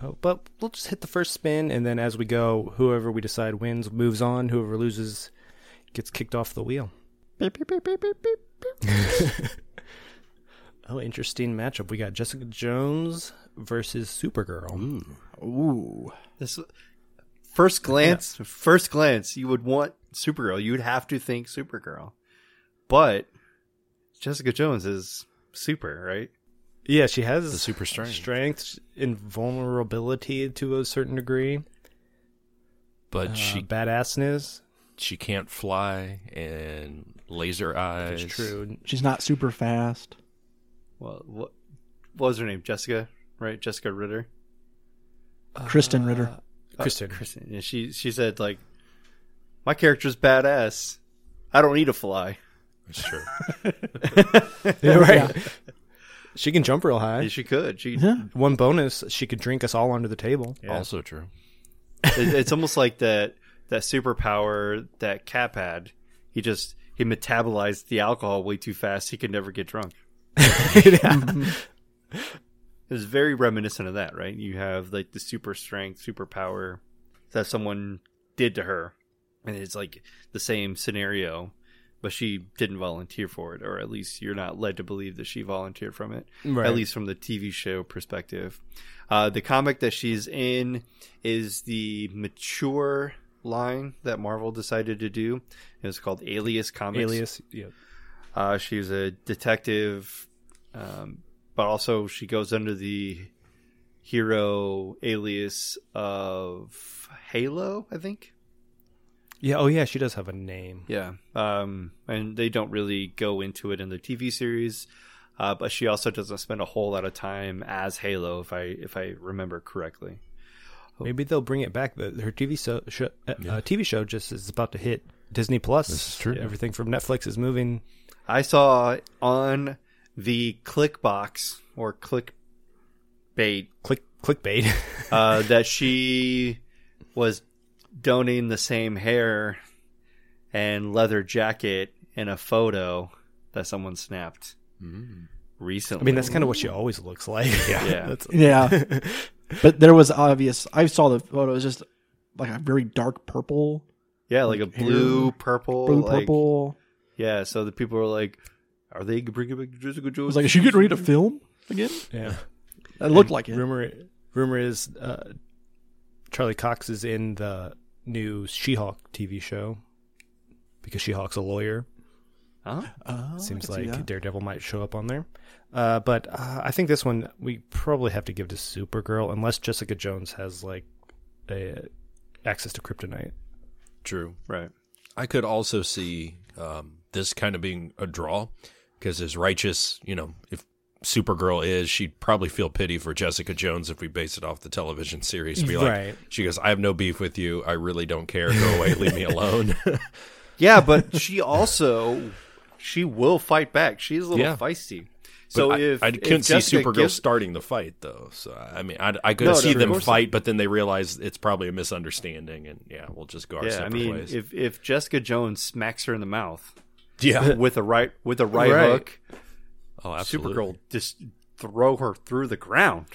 Uh, but we'll just hit the first spin, and then as we go, whoever we decide wins moves on. Whoever loses gets kicked off the wheel. oh, interesting matchup. We got Jessica Jones versus Supergirl.
Mm.
Ooh.
This first glance, first glance, you would want Supergirl. You would have to think Supergirl, but Jessica Jones is super, right?
Yeah, she has
The super strength.
strength and vulnerability to a certain degree.
But
Uh,
she
badassness.
she can't fly and laser eyes.
It's true.
She's not super fast.
Well, what, what was her name? Jessica, right? Jessica Ritter.
Uh,
Kristen Ritter.
Kristen.
Uh, Kristen. Yeah, she she said like, my character's badass. I don't need to fly.
It's true.
Yeah, right. She can jump real high.
And she could. She.
Yeah.
One bonus, she could drink us all under the table.
Yeah.
Also true.
it- it's almost like that that superpower that Cap had. He just he metabolized the alcohol way too fast. He could never get drunk. It was very reminiscent of that, right? You have like the super strength, superpower that someone did to her, and it's like the same scenario but she didn't volunteer for it, or at least you're not led to believe that she volunteered from it,
Right.
at least from the TV show perspective. Uh, the comic that she's in is the mature line that Marvel decided to do. It's called Alias Comics.
Alias. Yeah.
Uh, she's a detective, um, but also she goes under the hero alias of Halo, I think.
Yeah. Oh, yeah. She does have a name.
Yeah. Um, and they don't really go into it in the TV series, uh, but she also doesn't spend a whole lot of time as Halo, if I if I remember correctly.
Maybe they'll bring it back. The, her TV show, show uh, uh, TV show just is about to hit Disney Plus.
This is true.
Everything from Netflix is moving.
I saw on the ClickBox or ClickBait
Click clickbait.
uh, that she was donating the same hair and leather jacket in a photo that someone snapped recently.
I mean, that's kind of what she always looks like.
Yeah.
That's-
Yeah. but there was obvious. I saw the photo. It was just like a very dark purple,
yeah, like a
hair,
blue,
Oh,
purple,
blue
like-
purple.
yeah. So the people were like, "Are they bringing back Jessica
It
Jones?"
was like, is she getting ready to film again?
yeah.
It looked like it.
Rumor rumor is uh, Charlie Cox is in the new She-Hulk TV show because She-Hulk's a lawyer.
Huh?
Oh, I
Seems
could see
like
that.
Daredevil might show up on there. Uh, but uh, I think this one we probably have to give to Supergirl unless Jessica Jones has like a, access to kryptonite.
True.
right?
I could also see um, this kind of being a draw because, as righteous, you know, if Supergirl is, she'd probably feel pity for Jessica Jones if we base it off the television series. Be like,
Right.
she goes, "I have no beef with you. I really don't care. Go away. Leave me alone."
Yeah, but she also she will fight back. She's a little
Yeah.
feisty.
But
So
I,
if
I
if
couldn't see
Jessica
Supergirl
gives-
starting the fight though, so I mean, I, I could
No, no,
see
of
them
course
fight, but then they realize it's probably a misunderstanding, and yeah, we'll just go our
yeah,
separate
I mean,
ways.
if if Jessica Jones smacks her in the mouth,
yeah,
with a right with a right,
Right.
hook,
oh, absolutely.
Supergirl just throw her through the ground.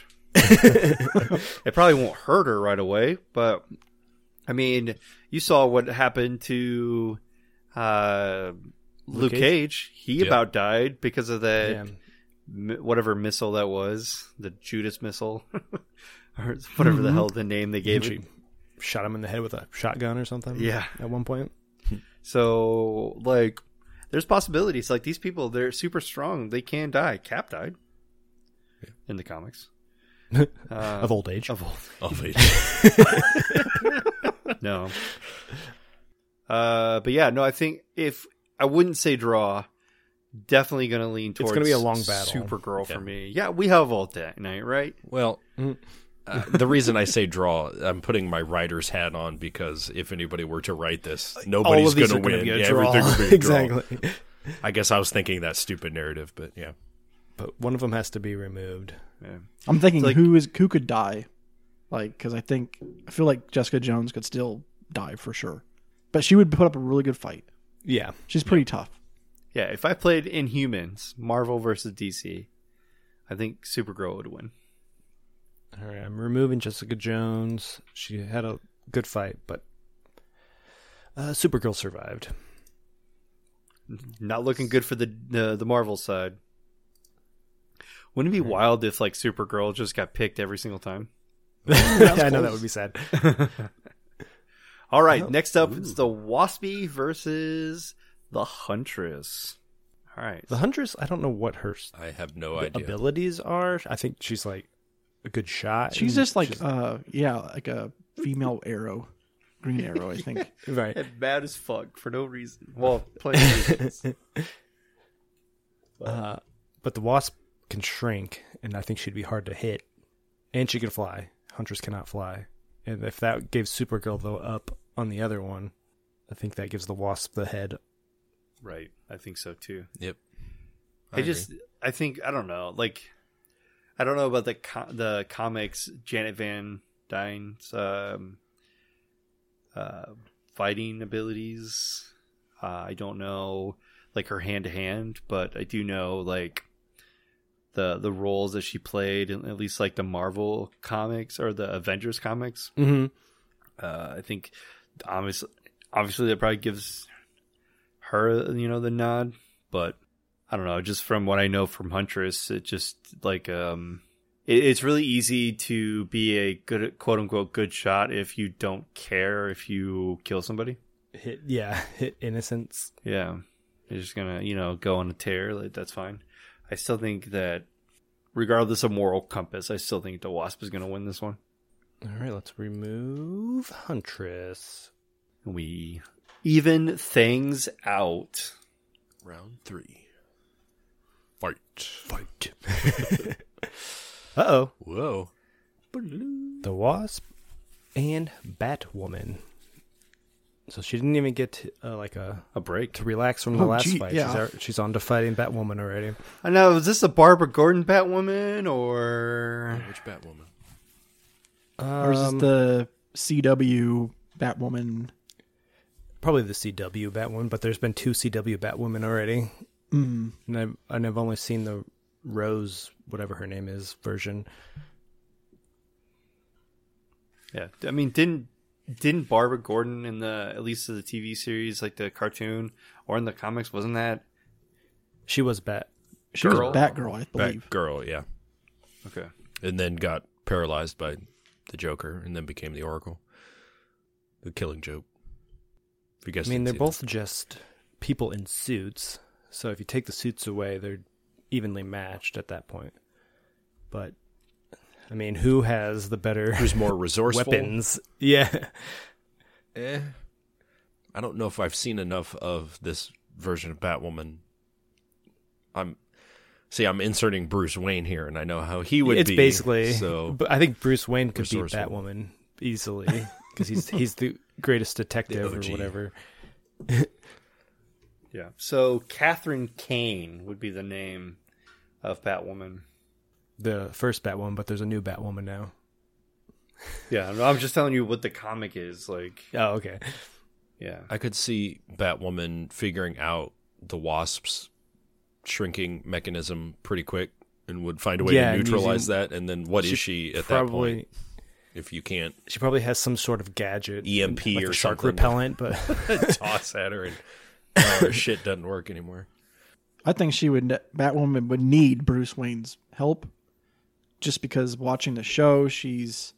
it probably won't hurt her right away, but I mean, you saw what happened to uh, Luke Cage.
Cage?
He
Yep.
about died because of that
Yeah.
mi- whatever missile that was, the Judas missile, or whatever the hell the name they gave
She
it.
shot him in the head with a shotgun or something.
Yeah.
At one point.
So like. There's possibilities like these people. They're super strong. They can die. Cap died in the comics. Uh,
of old age.
Of old.
Of it.
No. Uh, but yeah, no, I think if I wouldn't say draw, definitely going to lean towards.
gonna be a long battle.
Supergirl
Yeah.
for me. Yeah, we have all day night, right?
Well,
Mm.
uh, the reason I say draw, I'm putting my writer's hat on because if anybody were to write this, nobody's going to
are gonna
win.
be a
Yeah,
draw.
everything would be a draw.
exactly.
I guess I was thinking that stupid narrative, but yeah.
But one of them has to be removed.
Yeah.
I'm thinking
It's like-
who is who could die, like because I think I feel like Jessica Jones could still die for sure, but she would put up a really good fight.
Yeah.
She's pretty tough.
Yeah, if I played Inhumans, Marvel versus DC, I think Supergirl would win.
All right, I'm removing Jessica Jones. She had a good fight, but uh, Supergirl survived.
Not looking good for the the, the Marvel side. Wouldn't it be wild if like Supergirl just got picked every single time?
I know that would be sad.
All right, next up it's the Waspy versus the Huntress. All right,
The Huntress, I don't know what her s-
I have no idea.
abilities are. I think she's like a good shot.
She's
and
just like uh yeah like a female arrow, green arrow I think.
right.
mad as fuck for no reason. Well, playing reasons.
Uh, but the Wasp can shrink, and I think she'd be hard to hit. And she can fly. Huntress cannot fly. And if that gave Supergirl the up on the other one, I think that gives the Wasp the head.
right. I think so too.
Yep.
I, just, I think, I don't know. Like, I don't know about the co- the comics. Janet Van Dyne's um, uh, fighting abilities. Uh, I don't know, like her hand to hand, but I do know like the the roles that she played, in at least like the Marvel comics or the Avengers comics.
Mm-hmm.
Uh, I think obviously, obviously that probably gives her, you know, the nod. But I don't know. Just from what I know from Huntress, it just like um, it, it's really easy to be a good quote unquote good shot if you don't care if you kill somebody.
Hit, yeah, hit innocence.
Yeah, you're just gonna you know go on a tear. Like that's fine. I still think that regardless of moral compass, I still think the Wasp is gonna win this one.
All right, let's remove Huntress.
We even things out.
Round three. Fight.
Fight. uh oh.
Whoa.
The Wasp and Batwoman. So she didn't even get uh, like a
A break.
to relax from the
Oh,
last
gee,
fight.
yeah.
She's, out- she's on to fighting Batwoman already.
I know. Is this a Barbara Gordon Batwoman or
Which Batwoman?
or
Um,
is this the CW Batwoman?
Probably the CW Batwoman, but there's been two CW Batwomen already,
Mm.
and I've and I've only seen the Rose, whatever her name is, version.
Yeah, I mean, didn't didn't Barbara Gordon in the at least in the TV series, like the cartoon or in the comics, wasn't that
She was Bat.
She
Girl.
was Batgirl, I believe.
Batgirl, yeah.
okay?
And then got paralyzed by the Joker and then became the Oracle. The killing joke. If you guys
I mean,
didn't
they're
see
both just people in suits. So if you take the suits away, they're evenly matched at that point. But I mean, who has the better
that. who's more resourceful.
weapons? Yeah.
Eh. I don't know if I've seen enough of this version of Batwoman. I'm see, I'm inserting Bruce Wayne here, and I know how he would
it's
be.
basically
so.
but i think bruce wayne could beat
resourceful.
batwoman easily because he's he's the greatest detective or
OG.
whatever
Yeah. So Catherine Kane would be the name of Batwoman.
the first batwoman but there's a new batwoman now
Yeah, no, I'm just telling you what the comic is like.
oh okay
Yeah,
I could see Batwoman figuring out the Wasp's shrinking mechanism pretty quick, and would find a way
Yeah, and
to neutralize
using-
that. And then, what is she at
probably
that point? If you can't
she probably has some sort of gadget
EMP
like
E or
a shark
something.
repellent but
toss at her and uh, her shit doesn't work anymore,
I think she would Batwoman would need Bruce Wayne's help just because watching the show, she's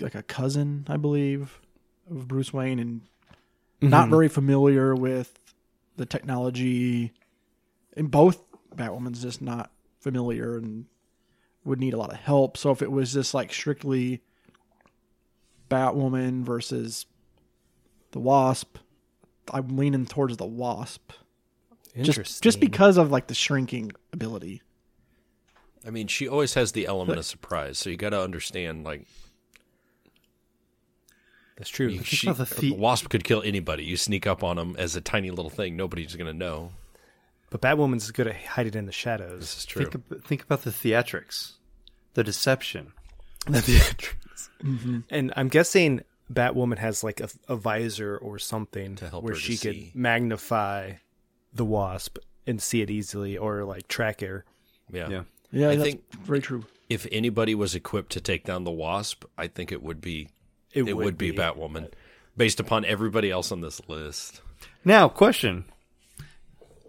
like a cousin, I believe, of Bruce Wayne and not very familiar with the technology and both Batwoman's just not familiar and would need a lot of help. So if it was just like strictly Batwoman versus the Wasp, I'm leaning towards the Wasp just
interesting
just because of like the shrinking ability.
I mean, she always has the element of surprise. So you got to understand, like,
that's true
You- she- the wasp could kill anybody. You sneak up on them as a tiny little thing. Nobody's going to know.
but batwoman's good at hiding in the shadows
This is true.
think ab- think about the theatrics, the deception.
and i'm guessing batwoman has like a, a visor or something to
help
where
her to
she could
see.
magnify the wasp and see it easily or like track her
yeah.
Yeah.
Yeah,
I
that's
think-
very true.
If anybody was equipped to take down the wasp, I think it would be it, would, be, Batwoman, based upon everybody else on this list.
Now, question: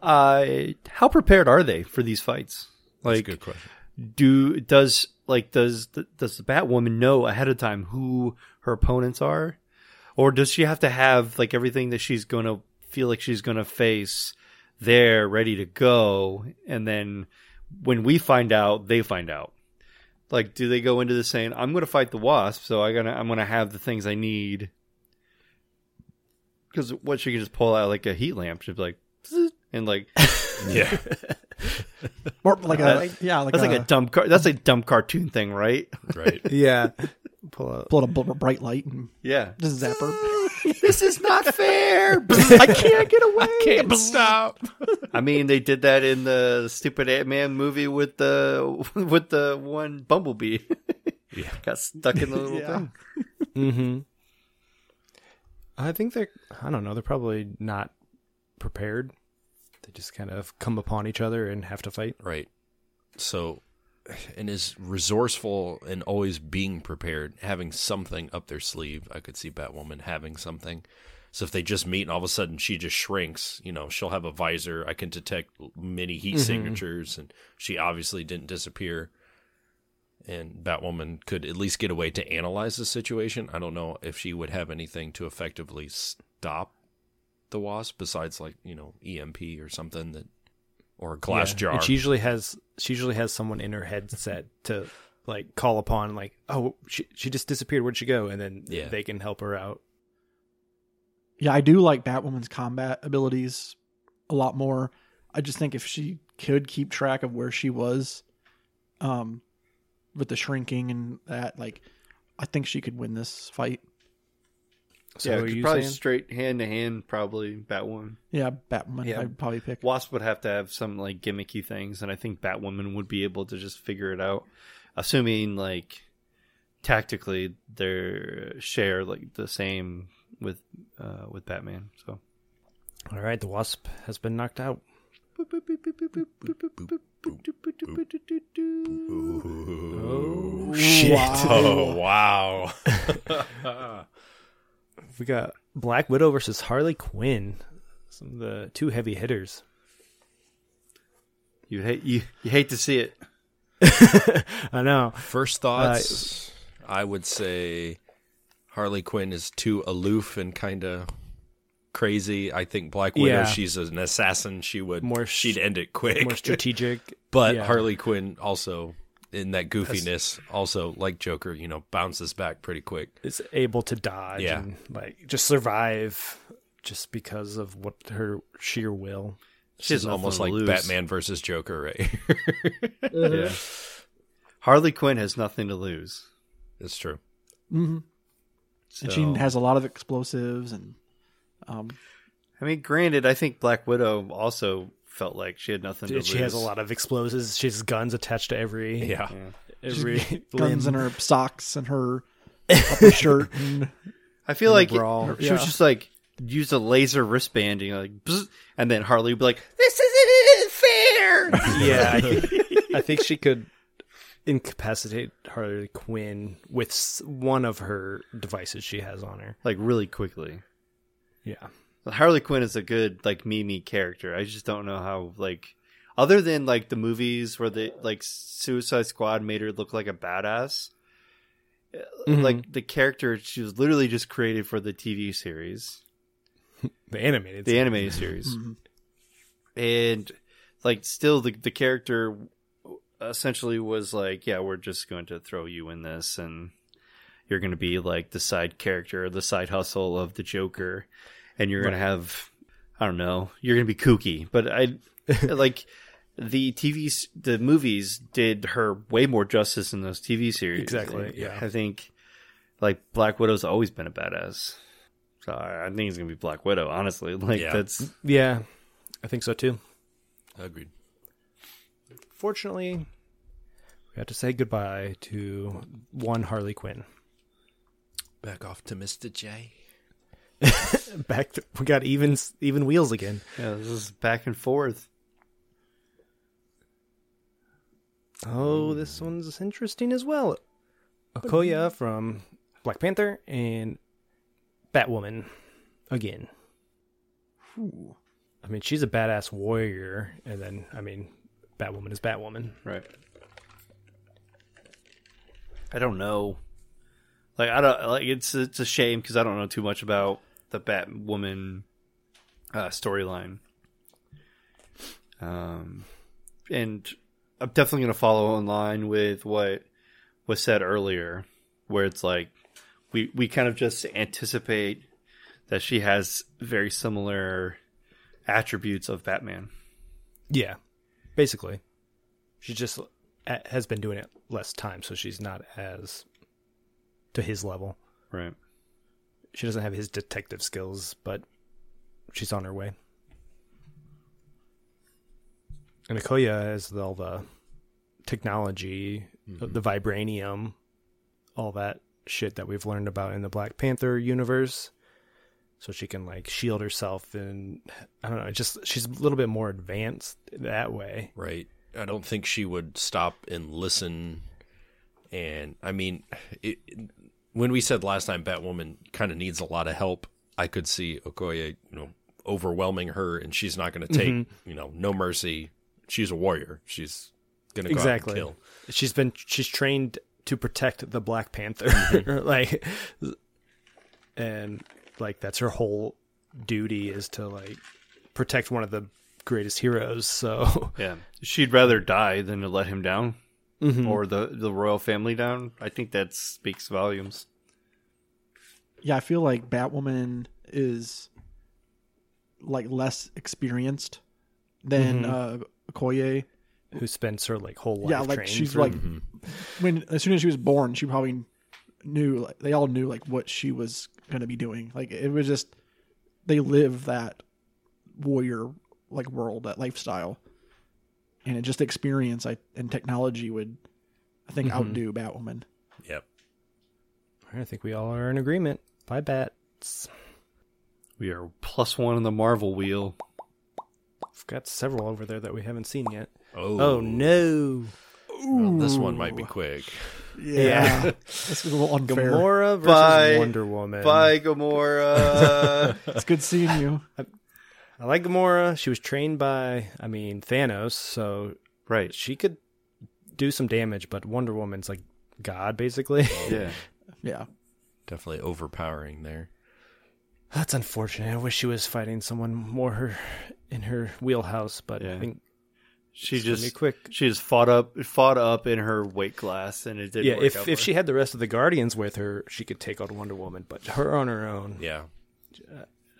uh, How prepared are they for these fights?
That's
Like,
a good question.
do does like does the, does the Batwoman know ahead of time who her opponents are, or does she have to have like everything that she's gonna feel like she's gonna face there ready to go, and then when we find out, they find out. Like, do they go into this saying, "I'm gonna fight the Wasp, so I gonna I'm gonna have the things I need"? Because what she could just pull out like a heat lamp, she'd be like, "Zzz," and like
Yeah,
Or like a yeah, like
that's
a,
like a dumb car. That's a dumb cartoon thing, right?
right.
yeah pull out
pull out a bl- bright light and
Yeah.
just zapper.
this is not fair.
I can't get away.
Stop.
I mean, they did that in the stupid Ant Man movie with the with the one Bumblebee.
Yeah.
Got stuck in the little
Yeah.
thing.
Mm-hmm. I think they're. I don't know. They're probably not prepared. They just kind of come upon each other and have to fight.
Right. So, and is resourceful and always being prepared, having something up their sleeve. I could see Batwoman having something So if they just meet and all of a sudden she just shrinks, you know, she'll have a visor. I can detect many heat
Mm-hmm.
signatures, and she obviously didn't disappear. And Batwoman could at least get a way to analyze the situation. I don't know if she would have anything to effectively stop the wasp besides like you know EMP or something that, or a glass
Yeah.
jar.
And she usually has she usually has someone in her headset to like call upon like, "Oh, she she just disappeared. Where'd she go?" and then
Yeah.
they can help her out.
Yeah, I do like Batwoman's combat abilities a lot more. I just think if she could keep track of where she was, um, with the shrinking and that, like, I think she could win this fight.
So
yeah,
are
could
you
probably
saying-
straight hand to hand, probably Batwoman.
Yeah, Batwoman.
Yeah.
I'd probably pick.
Wasp would have to have some like gimmicky things, and I think Batwoman would be able to just figure it out, assuming like tactically they share like the same with uh with Batman. So
All right, the wasp has been knocked out.
Shit.
Wow.
Oh, wow.
We got Black Widow versus Harley Quinn. Some of the two heavy hitters.
you hate you, you hate to see it.
I know.
First thoughts, I would say Harley Quinn is too aloof and kind of crazy. I think Black Widow,
Yeah.
she's an assassin. She would
More s-
she'd end it quick.
More strategic.
but
yeah.
Harley Quinn also in that goofiness, also like Joker, you know, bounces back pretty quick.
is able to dodge
Yeah.
and like just survive just because of what her sheer will.
She has
She's almost like
nothing to lose.
Batman versus Joker, right? here.
Yeah. Harley Quinn has nothing to lose.
That's true.
hmm And she
So-
has a lot of explosives and um,
I mean, granted, I think Black Widow also felt like she had nothing to lose.
she has a lot of explosives. She has guns attached to every
Yeah.
every
guns
limb.
in her socks and her upper shirt. And,
I feel like it-
brawl.
she
Yeah.
was just like use a laser wristband and you're like, "Bzz," and then Harley would be like, "This isn't fair."
Yeah, I think, I think she could incapacitate Harley Quinn with s- one of her devices she has on her.
like really quickly.
Yeah,
Harley Quinn is a good like Mimi character. I just don't know how like other than like the movies where the like Suicide Squad made her look like a badass. uh, Like the character, she was literally just created for the TV series,
the animated.
the animated series.
Mhm.
and like still the the character essentially was like yeah we're just going to throw you in this and you're going to be like the side character the side hustle of the joker and you're going to have i don't know you're going to be kooky but i like the tv s- the movies did her way more justice in those tv series
Exactly,
And
yeah.
i think like black widow's always been a badass so i I think it's going to be black widow honestly like
Yeah.
that's
yeah, I think so too.
Agreed.
Fortunately, we have to say goodbye to one Harley Quinn.
Back off to Mr. J.
Back, to, we got even even wheels again.
yeah this is back and forth
Oh, this one's interesting as well. Okoya from Black Panther and Batwoman again.
Ooh.
I mean, she's a badass warrior, and then I mean, Batwoman is Batwoman.
Right. I don't know. Like I don't like it's it's a shame because I don't know too much about the Batwoman uh, storyline. Um, and I'm definitely gonna follow in line with what was said earlier, where it's like we we kind of just anticipate that she has very similar attributes of Batman.
Yeah, basically, she just a- has been doing it less time, so she's not as to his level.
Right.
She doesn't have his detective skills, but she's on her way. And Akoya has all the technology, the vibranium, all that shit that we've learned about in the Black Panther universe. So she can like shield herself, and I don't know. it Just she's a little bit more advanced that way.
Right. I don't think she would stop and listen. And I mean, it, when we said last time Batwoman kind of needs a lot of help, I could see Okoye, you know, overwhelming her, and she's not going to take, you know, no mercy. She's a warrior. She's going to go
Exactly.
out and kill.
She's been she's trained to protect the Black Panther,
Mm-hmm.
like, and like that's her whole duty is to like protect one of the greatest heroes. So
Yeah, she'd rather die than to let him down or the the royal family down. I think that speaks volumes.
yeah, I feel like Batwoman is like less experienced than uh, Okoye.
who spends her like whole life?
yeah, like
training
she's
for-
like
Mm-hmm.
when as soon as she was born, she probably knew like they all knew like what she was gonna be doing. Like it was just they live that warrior like world, that lifestyle, and it just experience I, and technology would I think outdo Batwoman.
Yep.
I think we all are in agreement. Bye, bats.
We are plus one on the Marvel wheel.
I've got several over there that we haven't seen yet.
Oh,
Oh no,
well, this one might be quick.
Yeah.
this is a little unfair.
Gamora versus
Bye.
Wonder Woman.
Bye, Gamora.
It's good seeing you.
I like Gamora. She was trained by, I mean, Thanos, so
right.
she could do some damage. But Wonder Woman's like God, basically.
Yeah.
Yeah.
Definitely overpowering there.
That's unfortunate. I wish she was fighting someone more her in her wheelhouse. But I
Yeah.
think
She
it's gonna be
just
quick.
she just fought up fought up in her weight class and it didn't
Yeah,
work out
if if
for
she had the rest of the Guardians with her, she could take on Wonder Woman. But her on her own,
Yeah.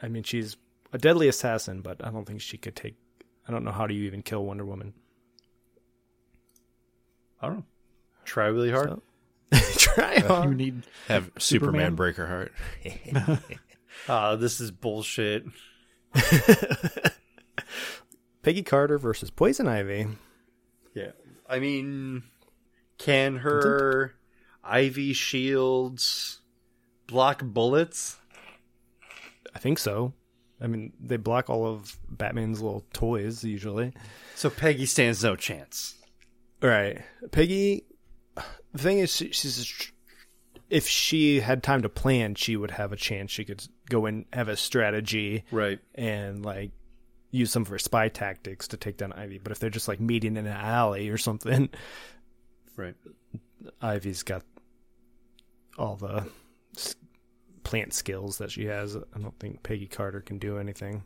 I mean, she's a deadly assassin, but I don't think she could take. I don't know how do you even kill Wonder Woman.
her. I don't know. Try really hard.
So- Try hard.
You need
Have Superman,
Superman?
break her heart.
Ah, this is bullshit.
Peggy Carter versus Poison Ivy.
Yeah. I mean, can her Ivy shields block bullets?
I think so. I mean, they block all of Batman's little toys usually.
So Peggy stands no chance.
Right. Peggy. The thing is, she, she's a str- if she had time to plan, she would have a chance. She could go in, have a strategy,
Right.
and like use some of her spy tactics to take down Ivy. But if they're just like meeting in an alley or something,
Right.
Ivy's got all the s- plant skills that she has. I don't think Peggy Carter can do anything.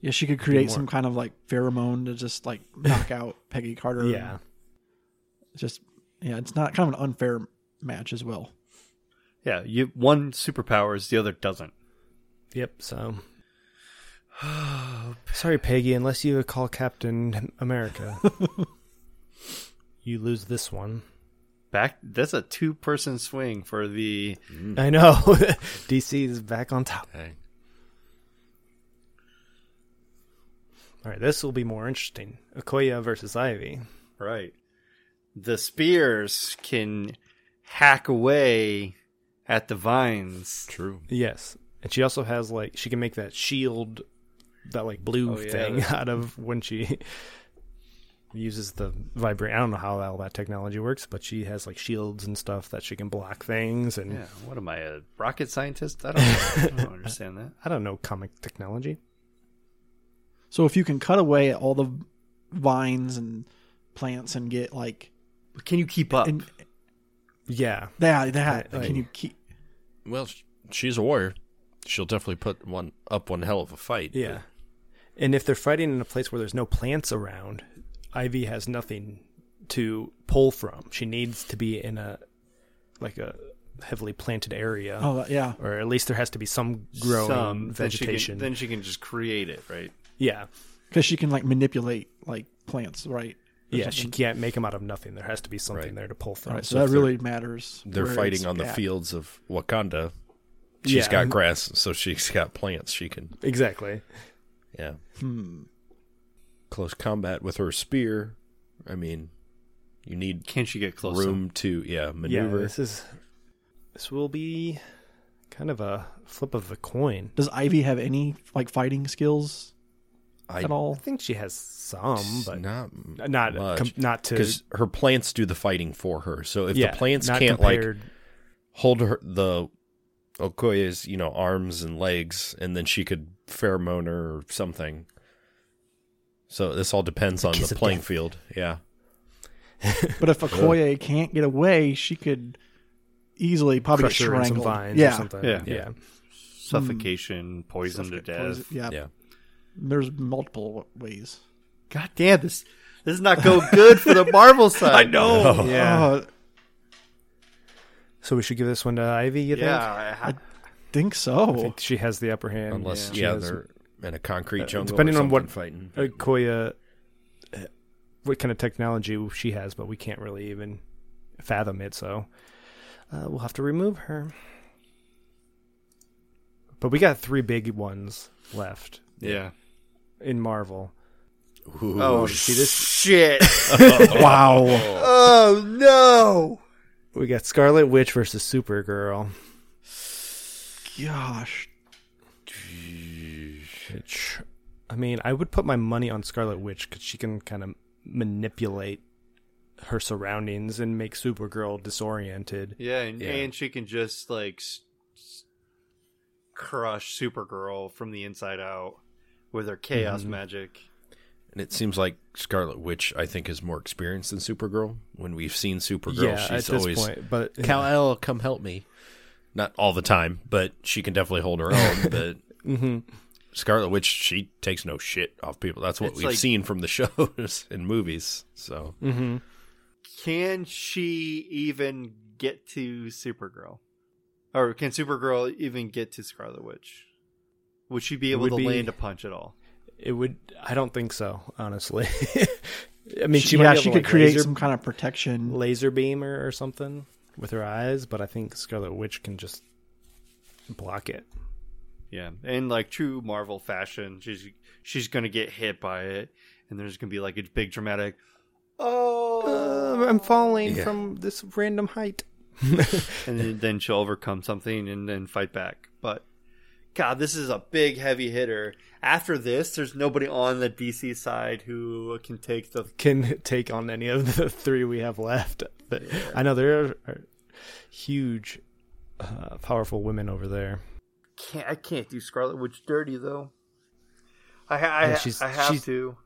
Yeah, she could create some kind of like pheromone to just like knock out Peggy Carter.
Yeah.
Just yeah, it's not kind of an unfair match as well.
Yeah, you one superpowers, the other doesn't.
Yep. So. Sorry, Peggy. Unless you call Captain America, you lose this one.
Back that's a two person swing for the
I know. DC is back on top.
Dang.
All right, this will be more interesting. Okoya versus Ivy.
right. The spears can hack away at the vines.
True.
Yes, and she also has like she can make that shield, that like blue
Oh, yeah,
thing out of when she uses the vibrate. I don't know how all that technology works, but she has like shields and stuff that she can block things. And
Yeah, what am I, a rocket scientist? I don't, know. I don't understand that.
I don't know comic technology.
So if you can cut away all the vines and plants and get like
But can you keep up?
and
Yeah,
that that
Right.
can you keep
Well, sh- she's a warrior. She'll definitely put one up one hell of a fight. but
Yeah. And if they're fighting in a place where there's no plants around, Ivy has nothing to pull from. She needs to be in a like a heavily planted area.
oh yeah
Or at least there has to be some growing
then she can-
vegetation.
Then she, can, just create it, right?
yeah.
because she can like manipulate like plants right Or
Yeah, she
something.
can't make them out of nothing. There has to be something
Right.
there to pull from.
All right, so,
So if
that
they're-
really matters
They're
where
fighting
it's
on the
at.
fields of Wakanda. She's
Yeah.
got grass, so she's got plants. She can,
Exactly.
yeah.
Hmm.
Close combat with her spear. I mean, you need
Can she get close?
room to, yeah,
Yeah,
maneuver.
this is this will be kind of a flip of the coin.
does ivy have any like fighting skills
I,
at
I
all
think she has some, but
not
not com- not to
because her plants do the fighting for her. So if
yeah,
the plants
not
can't like
compared-
hold her the Okoye's, you know, arms and legs, and then she could pheromone her or something. So this all depends on
kiss
the
of
playing
death.
field. Yeah.
But if Okoye can't get away, she could easily probably
Crush
get
her in some
strangled.
vines
yeah.
or something.
Yeah.
yeah.
Suffocation, poison to death.
Poison- Yeah.
Yeah.
There's multiple ways.
God damn this! This is not going good for the Marvel side. I know. Yeah.
Uh,
So we should give this one to Ivy. You think?
yeah. I-
think so.
I think she has the upper hand.
Unless
she
yeah,
has- Uh,
they're in a concrete jungle.
depending
or
on what-
something fighting.
uh, Koya, uh, what kind of technology she has, but we can't really even fathom it. So uh, we'll have to remove her. But we got three big ones left
yeah.
in Marvel.
Ooh.
Oh,
see this?
shit.
wow.
oh, no.
We got Scarlet Witch versus Supergirl.
Gosh.
Which, I mean, I would put my money on Scarlet Witch because she can kind of manipulate her surroundings and make Supergirl disoriented.
Yeah and,
Yeah.
and she can just, like, s- s- crush Supergirl from the inside out with her chaos magic.
And it seems like Scarlet Witch, I think, is more experienced than Supergirl. When we've seen Supergirl,
yeah, at
she's
this
always
point, but
Cal El, come help me. Not all the time, but she can definitely hold her own. But
Mhm.
Scarlet Witch, she takes no shit off people. That's what
It's
we've
like-
seen from the shows and movies. So
mm-hmm.
Can she even get to Supergirl? Or can Supergirl even get to Scarlet Witch? Would she be able
Would
to
be-
land a punch at all?
It would. I don't think so, honestly. I mean, she, might
yeah,
be able
she
to, like,
could create
laser,
some kind of protection.
laser beam or, or something with her eyes, but I think Scarlet Witch can just block it.
Yeah, and like true Marvel fashion, she's she's gonna get hit by it, and there's gonna be like a big dramatic. "Oh,
Uh, I'm falling from this random height.
and then, then she'll overcome something and then fight back. But God, this is a big heavy hitter. After this, there's nobody on the DC side who can take the.
Can take on any of the three we have left. But I know there are huge, uh, powerful women over there.
Can't, I can't do Scarlet Witch dirty though. I, ha- I,
Yeah,
ha-
she's-
I have
she's-
to.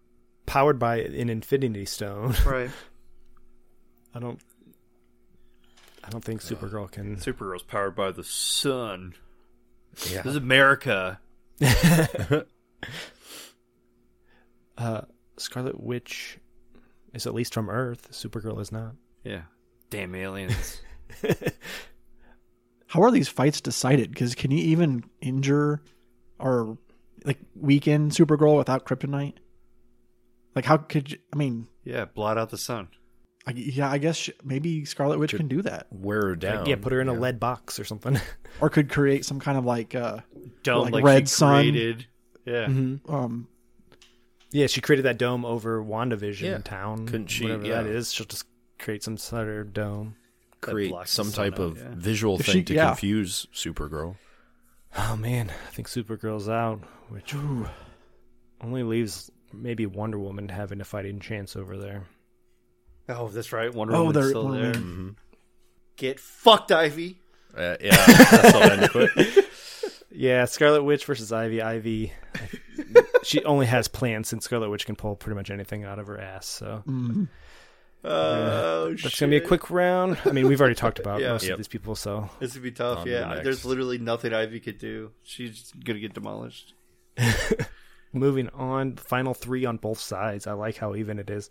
Powered by an Infinity Stone,
Right,
I don't. I don't think Supergirl can.
Supergirl's powered by the sun.
yeah,
This is America.
Uh, Scarlet Witch is at least from Earth. Supergirl is not.
Yeah, damn aliens.
How are these fights decided? Because can you even injure or like weaken Supergirl without kryptonite? Like, how could you? I mean,
yeah, blot out the sun.
I, yeah, I guess sh maybe Scarlet Witch can do that,
wear her down.
yeah, put her in a lead box or something.
or could create some kind of like uh,
dome
Like
like,
Red
she
Sun.
created. Yeah.
um,
yeah, she created that dome over WandaVision
Yeah.
town.
Couldn't she-
Whatever
yeah.
that is, she'll just create some sort of dome.
create
blocks
some
the sun
type
out,
of
yeah.
visual
If
thing
she-
to
yeah.
confuse Supergirl.
Oh man, I think Supergirl's out, which only leaves maybe Wonder Woman having a fighting chance over there.
Oh, that's right. Wonder
Oh,
Woman's
there-
still
Wonder
there.
Woman.
Get fucked, Ivy.
Uh, yeah, that's all I had to put.
Yeah, Scarlet Witch versus Ivy. Ivy, she only has plants, and Scarlet Witch can pull pretty much anything out of her ass. So
Oh, shit.
That's gonna be a quick round. I mean, we've already talked about
Yeah.
most
Yep.
of these people, so
This would be tough.
On to
yeah,
the next.
there's literally nothing Ivy could do. She's gonna get demolished.
moving on. Final three on both sides. I like how even it is.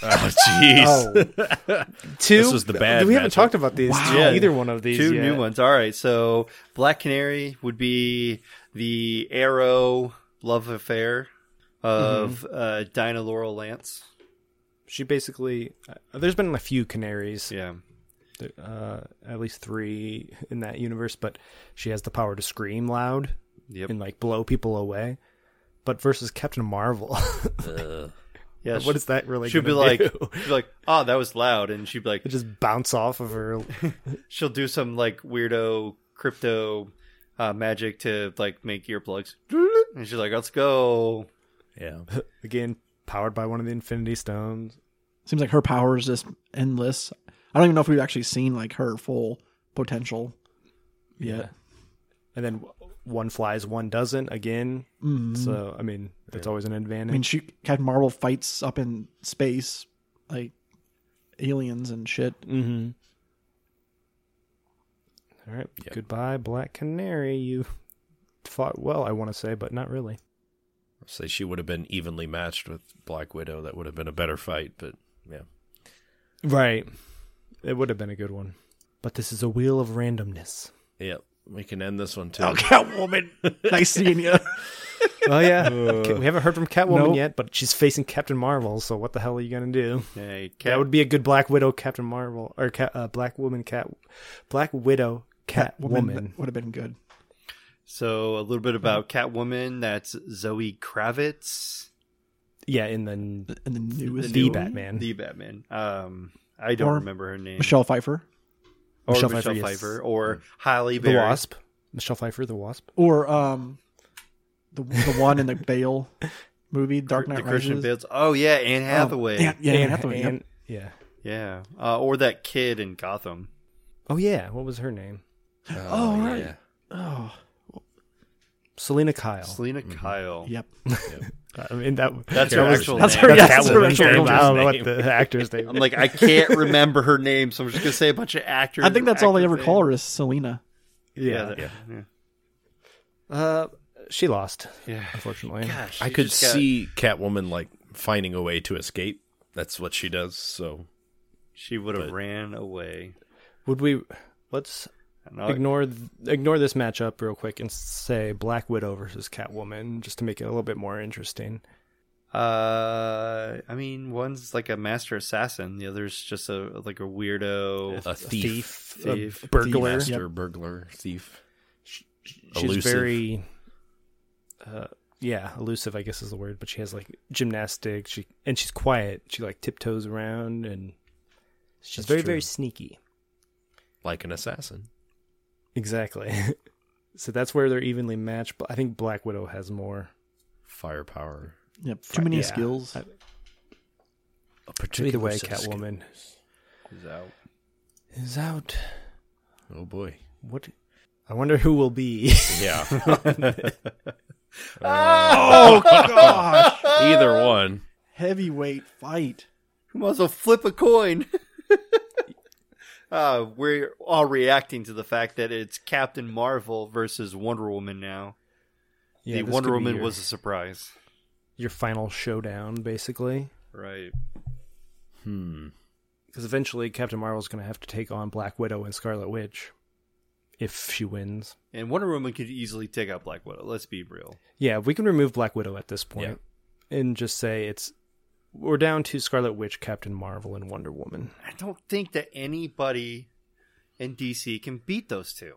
Oh, jeez.
two.
This was the bad
We haven't
matchup.
talked about these.
Yeah.
Either one of these.
Two
yet.
new ones. All right. So Black Canary would be the Arrow love affair of
Mm-hmm.
uh, Dinah Laurel Lance.
She basically. Uh, there's been a few canaries.
Yeah.
Uh, at least three in that universe, but she has the power to scream loud
Yep.
and like blow people away. But versus Captain Marvel,
Oh.
yeah.
what is that really?
She'd be
gonna
like,
do?
she'd be like, oh, that was loud, and she'd be like,
just bounce off of her.
she'll do some like weirdo crypto uh, magic to like make earplugs. And she's like, let's go.
Yeah.
Again, powered by one of the Infinity Stones.
seems like her power is just endless. I don't even know if we've actually seen like her full potential. yet.
And then w- one flies, one doesn't again.
Mhm.
So, I mean, that's always an
I mean,
advantage.
she Captain Marvel fights up in space, like aliens and shit.
mm-hmm. All right.
Yep.
Goodbye, Black Canary. You fought well, I want to say, but not really.
Say she would have been evenly matched with Black Widow. That would have been a better fight, but yeah.
Right. It would have been a good one. But this is a wheel of randomness.
Yeah. We can end this one too.
Oh, Catwoman, nice seeing you.
Oh, yeah. we haven't heard from Catwoman
Nope.
yet, but she's facing Captain Marvel, so what the hell are you going to do?
Hey,
That
Cat,
would be a good Black Widow Captain Marvel or Cat, uh, Black Woman Cat Black Widow Catwoman.
would have been good.
so a
Hmm.
little bit about Catwoman. That's Zoe Kravitz,
Yeah, in the n-
And the newest
the
movie,
Batman.
the Batman. Um, I don't
Or
remember her name.
Michelle Hmm. Pfeiffer,
or
Michelle Pfeiffer,
Michelle,
yes.
Pfeiffer, or
the
Halle Berry.
Wasp. Michelle Pfeiffer, the Wasp.
or um, the the one in the Bale movie, Dark Knight
the Christian
Rises.
Bales. Oh yeah, Anne
Oh,
Hathaway.
Anne- yeah, Anne Hathaway.
and- yeah.
Yeah, uh, or that kid in Gotham.
Oh yeah, what was her name?
Oh, right. Oh,
Selena Kyle.
Selena
mm-hmm.
Kyle.
yep.
I mean that.
That's
Her
her
actress-
actual
that's
name.
her- yeah,
That's
that's her
Catwoman's
actual
name. I don't know what
name.
the actor's name.
I'm like, I can't remember her name, so I'm just gonna say a bunch of actors.
I think that's all they ever
actors'
call
names.
her is Selena.
Yeah,
yeah.
that- yeah. yeah.
Uh, she lost, unfortunately.
Gosh,
I
you
could
just got-
see Catwoman like finding a way to escape. That's what she does. So
she would have
but-
ran away.
Would we? Let's
I know-
ignore th- ignore this matchup real quick and say Black Widow versus Catwoman, just to make it a little bit more interesting.
Uh, I mean, one's like a master assassin. The other's just a like a weirdo.
a thief,
a
Thief.
burglar.
master, burglar, thief.
She's
Elusive.
very, uh, yeah, elusive. I guess is the word. But she has like gymnastics. She and she's quiet. She like tiptoes around and she's very very sneaky.
like an assassin.
Exactly. so that's where they're evenly matched. But I think Black Widow has more.
Firepower.
Yep. Too many
yeah.
skills.
I-
A
Either
particular
way,
set of skill-
Catwoman
is out.
is out.
Oh boy.
What? I wonder who will be.
Yeah.
oh gosh!
Either one.
Heavyweight fight.
You might as well flip a coin. uh, we're all reacting to the fact that it's Captain Marvel versus Wonder Woman now.
Yeah,
the
this
Wonder
could be
Woman
your-
was a surprise.
your final showdown, basically.
Right.
Hmm.
because eventually Captain Marvel's going to have to take on Black Widow and Scarlet Witch if she wins.
And Wonder Woman could easily take out Black Widow. Let's be real.
Yeah, we can remove Black Widow at this point and just say it's we're down to Scarlet Witch, Captain Marvel, and Wonder Woman.
I don't think that anybody in DC can beat those two.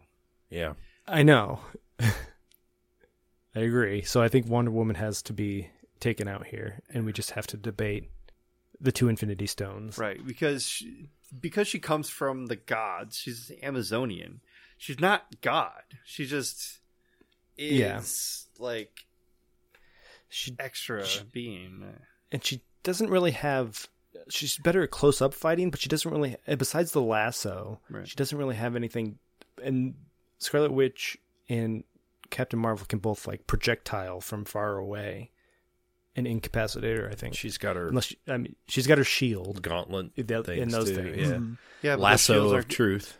Yeah.
I know. I agree. So I think Wonder Woman has to be taken out here, and we just have to debate the two Infinity Stones.
Right, because she, because she comes from the gods, she's Amazonian. She's not god. She just
Yeah.
is like
She
extra being.
and she doesn't really have she's better at close up fighting but she doesn't really and besides the lasso
Right.
she doesn't really have anything and scarlet witch and captain marvel can both like projectile from far away and incapacitate her i think
She's got her
unless she, i mean she's got her shield
gauntlet
The- in
things
those
too,
things.
Yeah.
Mhm.
Yeah, but those
Lasso
shields
of
aren't-
truth.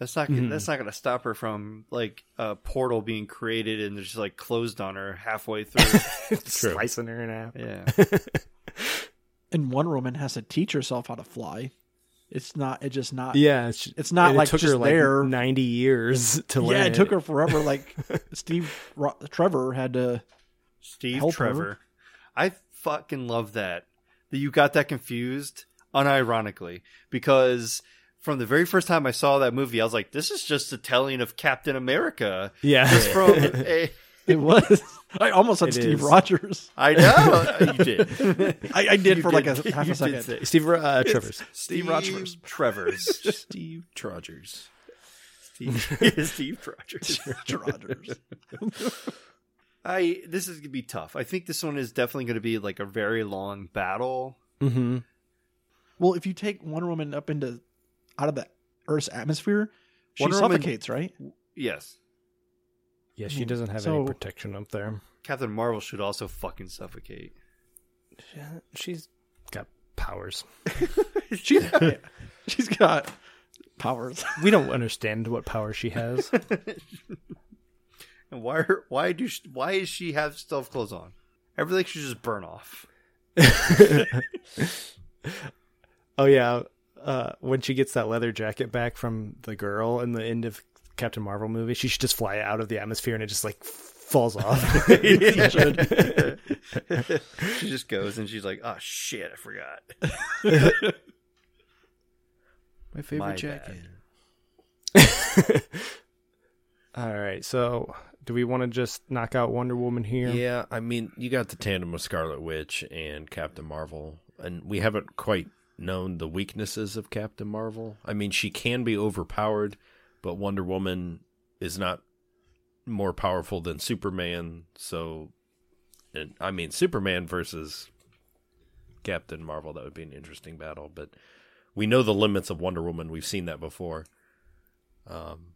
That's not
Mhm.
that's not going to stop her from like a portal being created and just like closed on her halfway through.
True.
slicing her in half
yeah,
And one woman has to teach herself how to fly. It's not. It's just not.
yeah she-
It's not
and it
like
took
just
her like
there.
90 years to learn
yeah, it took her forever. Like Steve Ro- Trevor had to.
Steve
Help her.
Trevor. I fucking love that that you got that confused unironically because from the very first time I saw that movie, I was like, this is just a telling of Captain America.
yeah
Just from a,
It was. I almost said
It
Steve
is.
Rogers.
I know you did.
I, I did
You
for like a half
You
a
did
second.
say-
steve uh, trevor's
Steve
Rogers.
Trevor's.
Steve Trogers.
Steve, Steve Rogers.
Steve Rogers.
I this is gonna be tough. I think this one is definitely gonna be like a very long battle.
mm-hmm.
Well, if you take Wonder Woman up into out of the Earth's atmosphere, she
Wonder Woman-
suffocates, right?
Yes.
Yeah, she doesn't have
So-
any protection up there.
Captain Marvel should also fucking suffocate.
Yeah, she's got powers.
She's got, she's got powers.
We don't understand what power she has.
And why are, why do sh why is she have stealth clothes on? Everything should just burn off.
oh yeah, uh, when she gets that leather jacket back from the girl in the end of Captain Marvel movie, she should just fly out of the atmosphere and it just like falls off.
She just goes and she's like, "Oh shit, I forgot."
My
favorite
favorite
My jacket.
jacket.
All right, so do we want to just knock out Wonder Woman here?
Yeah. I mean, you got the tandem of Scarlet Witch and Captain Marvel, and we haven't quite known the weaknesses of Captain Marvel. I mean, she can be overpowered, but Wonder Woman is not more powerful than Superman. So, and I mean, Superman versus Captain Marvel, that would be an interesting battle, but we know the limits of Wonder Woman. We've seen that before. Um,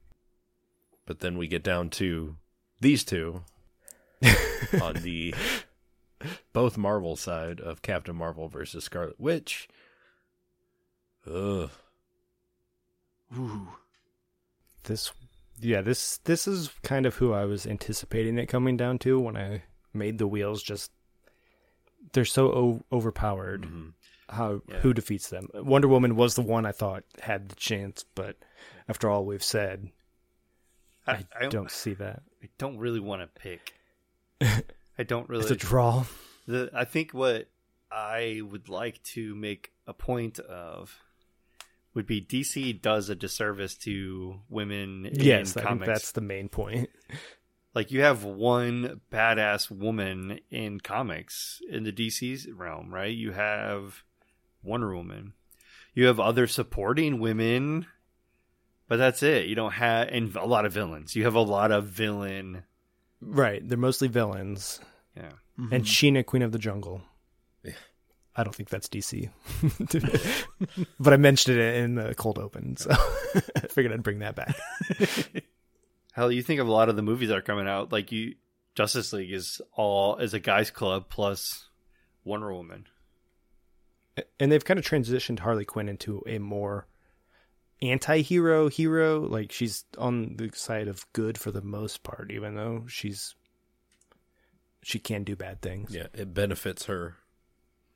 but then we get down to these two on the both Marvel side of Captain Marvel versus Scarlet Witch. Ugh.
Ooh.
This, yeah, this this is kind of who I was anticipating it coming down to when I made the wheels. Just they're so o- overpowered. How
Mm-hmm. Yeah.
who defeats them? Wonder Woman was the one I thought had the chance, but after all we've said,
I, I,
I
don't.
don't see that.
I don't really want to pick. I don't really.
It's a draw.
the I think what I would like to make a point of would be DC does a disservice to women
Yes,
in
I think
comics.
that's the main point.
Like you have one badass woman in comics in the DC's realm, right? You have Wonder Woman. You have other supporting women, but that's it. You don't have and a lot of villains. You have a lot of villain.
Right, they're mostly villains.
Yeah.
Hmm.
And
Mm.
Sheena, Queen of the Jungle. I don't think that's DC, but I mentioned it in the cold open, so I figured I'd bring that back.
Hell, you think of a lot of the movies that are coming out. Like you, Justice League is all is a guys' club plus Wonder Woman.
And they've kind of transitioned Harley Quinn into a more anti-hero hero. Like she's on the side of good for the most part, even though she's she can do bad things.
Yeah, it benefits her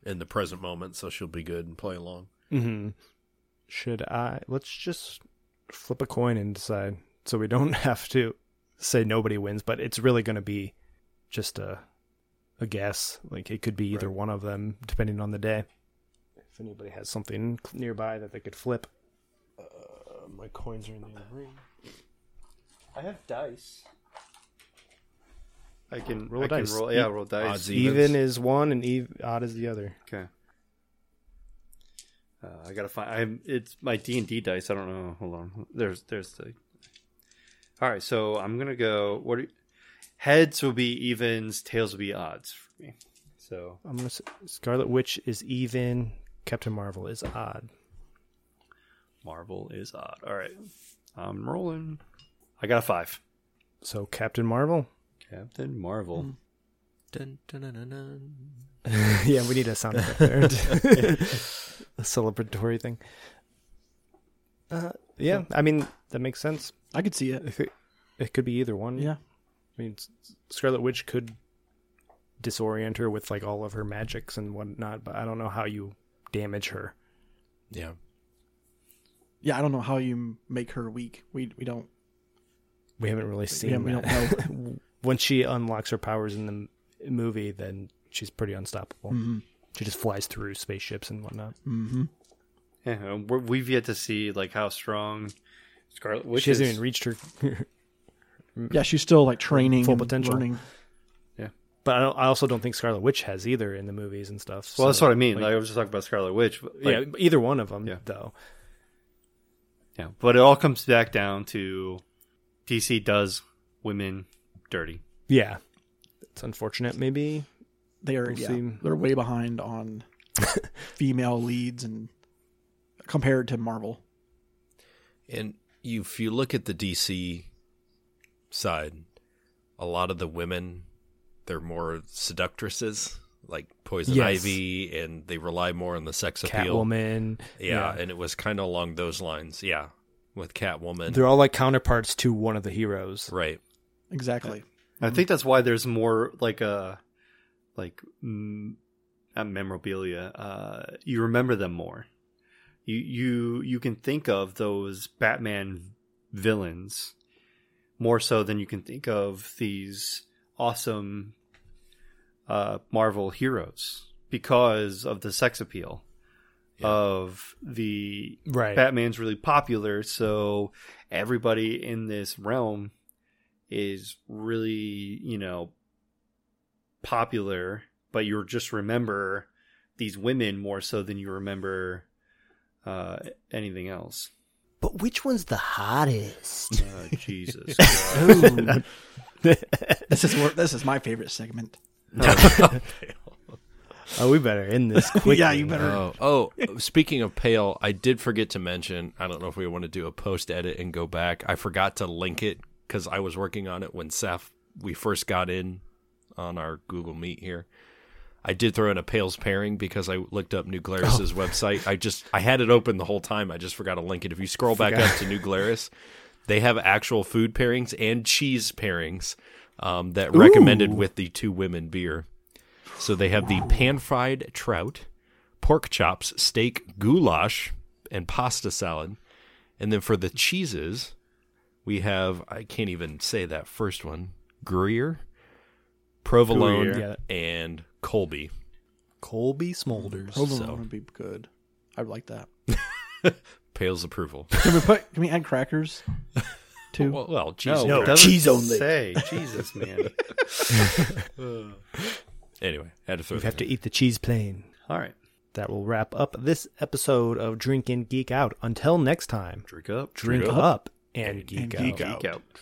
in the present moment, so she'll be good and play along.
hmm Should I? Let's just flip a coin and decide, so we don't have to say nobody wins. But it's really going to be just a a guess. Like it could be either one of them, depending on the day. If anybody has something nearby that they could flip, uh, my coins are in the other room.
I have dice. I can
Roll
I can
dice.
Roll, yeah, roll dice.
Odds
Even is one and eve, odd is the other.
Okay. Uh, I gotta find. I'm. It's my D and D dice. I don't know. Hold on. There's. There's the. All right. So I'm gonna go. What? Are, heads will be evens. Tails will be odds for me. So
I'm gonna say Scarlet Witch is even. Captain Marvel is odd.
Marvel is odd. All right. I'm rolling. I got a five.
So Captain Marvel.
Captain Marvel.
Dun, dun, dun, dun, dun.
yeah, we need a sound effect there. a celebratory thing. Uh, yeah, I mean that makes sense.
I could see it.
If It, it could be either one.
Yeah.
I mean, S- Scarlet Witch could disorient her with like all of her magics and whatnot, but I don't know how you damage her.
Yeah.
Yeah, I don't know how you m- make her weak. We we don't
We haven't really
we,
seen.
don't- we don't
that.
know.
Once she unlocks her powers in the m- movie, then she's pretty unstoppable.
Mm-hmm.
She just flies through spaceships and whatnot.
hmm
Yeah, and we're, we've yet to see like how strong Scarlet Witch
she hasn't
is.
even reached her
Yeah, she's still like training
Full
and
potential.
learning.
But I, don't, I also don't think Scarlet Witch has either in the movies and stuff.
well, that's
so,
what I mean.
like-
Like, I was just talking about Scarlet Witch. But, like,
Oh, yeah, either one of them,
Yeah.
though.
yeah, but it all comes back down to DC does women dirty.
Yeah, it's unfortunate. Maybe
They are
We'll
yeah,
see.
they're way behind on female leads and compared to Marvel.
And you, if you look at the DC side, a lot of the women, they're more seductresses, like Poison
Yes.
Ivy, and they rely more on the sex appeal.
Catwoman.
Yeah, and it was kind of along those lines. Yeah, with Catwoman.
They're all like counterparts to one of the heroes.
right.
Exactly.
I think that's why there's more like a like mm, not memorabilia. Uh, you remember them more. You you you can think of those Batman villains more so than you can think of these awesome uh, Marvel heroes because of the sex appeal
Yeah.
of the
Right.
Batman's really popular, so everybody in this realm is really, you know, popular, but you just remember these women more so than you remember uh, anything else.
but which one's the hottest?
Uh,
Oh,
Jesus.
This is where, this is my favorite segment.
oh, we better end this quickly.
yeah, you better.
Oh, oh, speaking of Pale, I did forget to mention. I don't know if we want to do a post edit and go back. I forgot to link it because I was working on it when Seth we first got in on our Google Meet here. I did throw in a Pale's pairing because I looked up New Glarus's website. I just I had it open the whole time. I just forgot to link it. If you scroll back up to New Glarus, they have actual food pairings and cheese pairings um, that recommended with the two women beer. So they have the pan fried trout, pork chops, steak, goulash, and pasta salad. And then for the cheeses, we have I can't even say that first one Gruyere, provolone,
Gruyere.
and Colby.
Colby Smolders.
Hold on,
so-
would be good. I would like that.
Pale's approval.
Can we put? Can we add crackers? Too.
well, well, cheese.
No,
it doesn't
cheese only.
Say, Jesus, man.
Anyway, had to throw
You
that
have to
in.
eat the cheese plain.
All right,
That will wrap up this episode of Drink and Geek Out. Until next time,
drink up,
drink
Drink
up,
up
and, geek,
geek
out.
out.
geek out.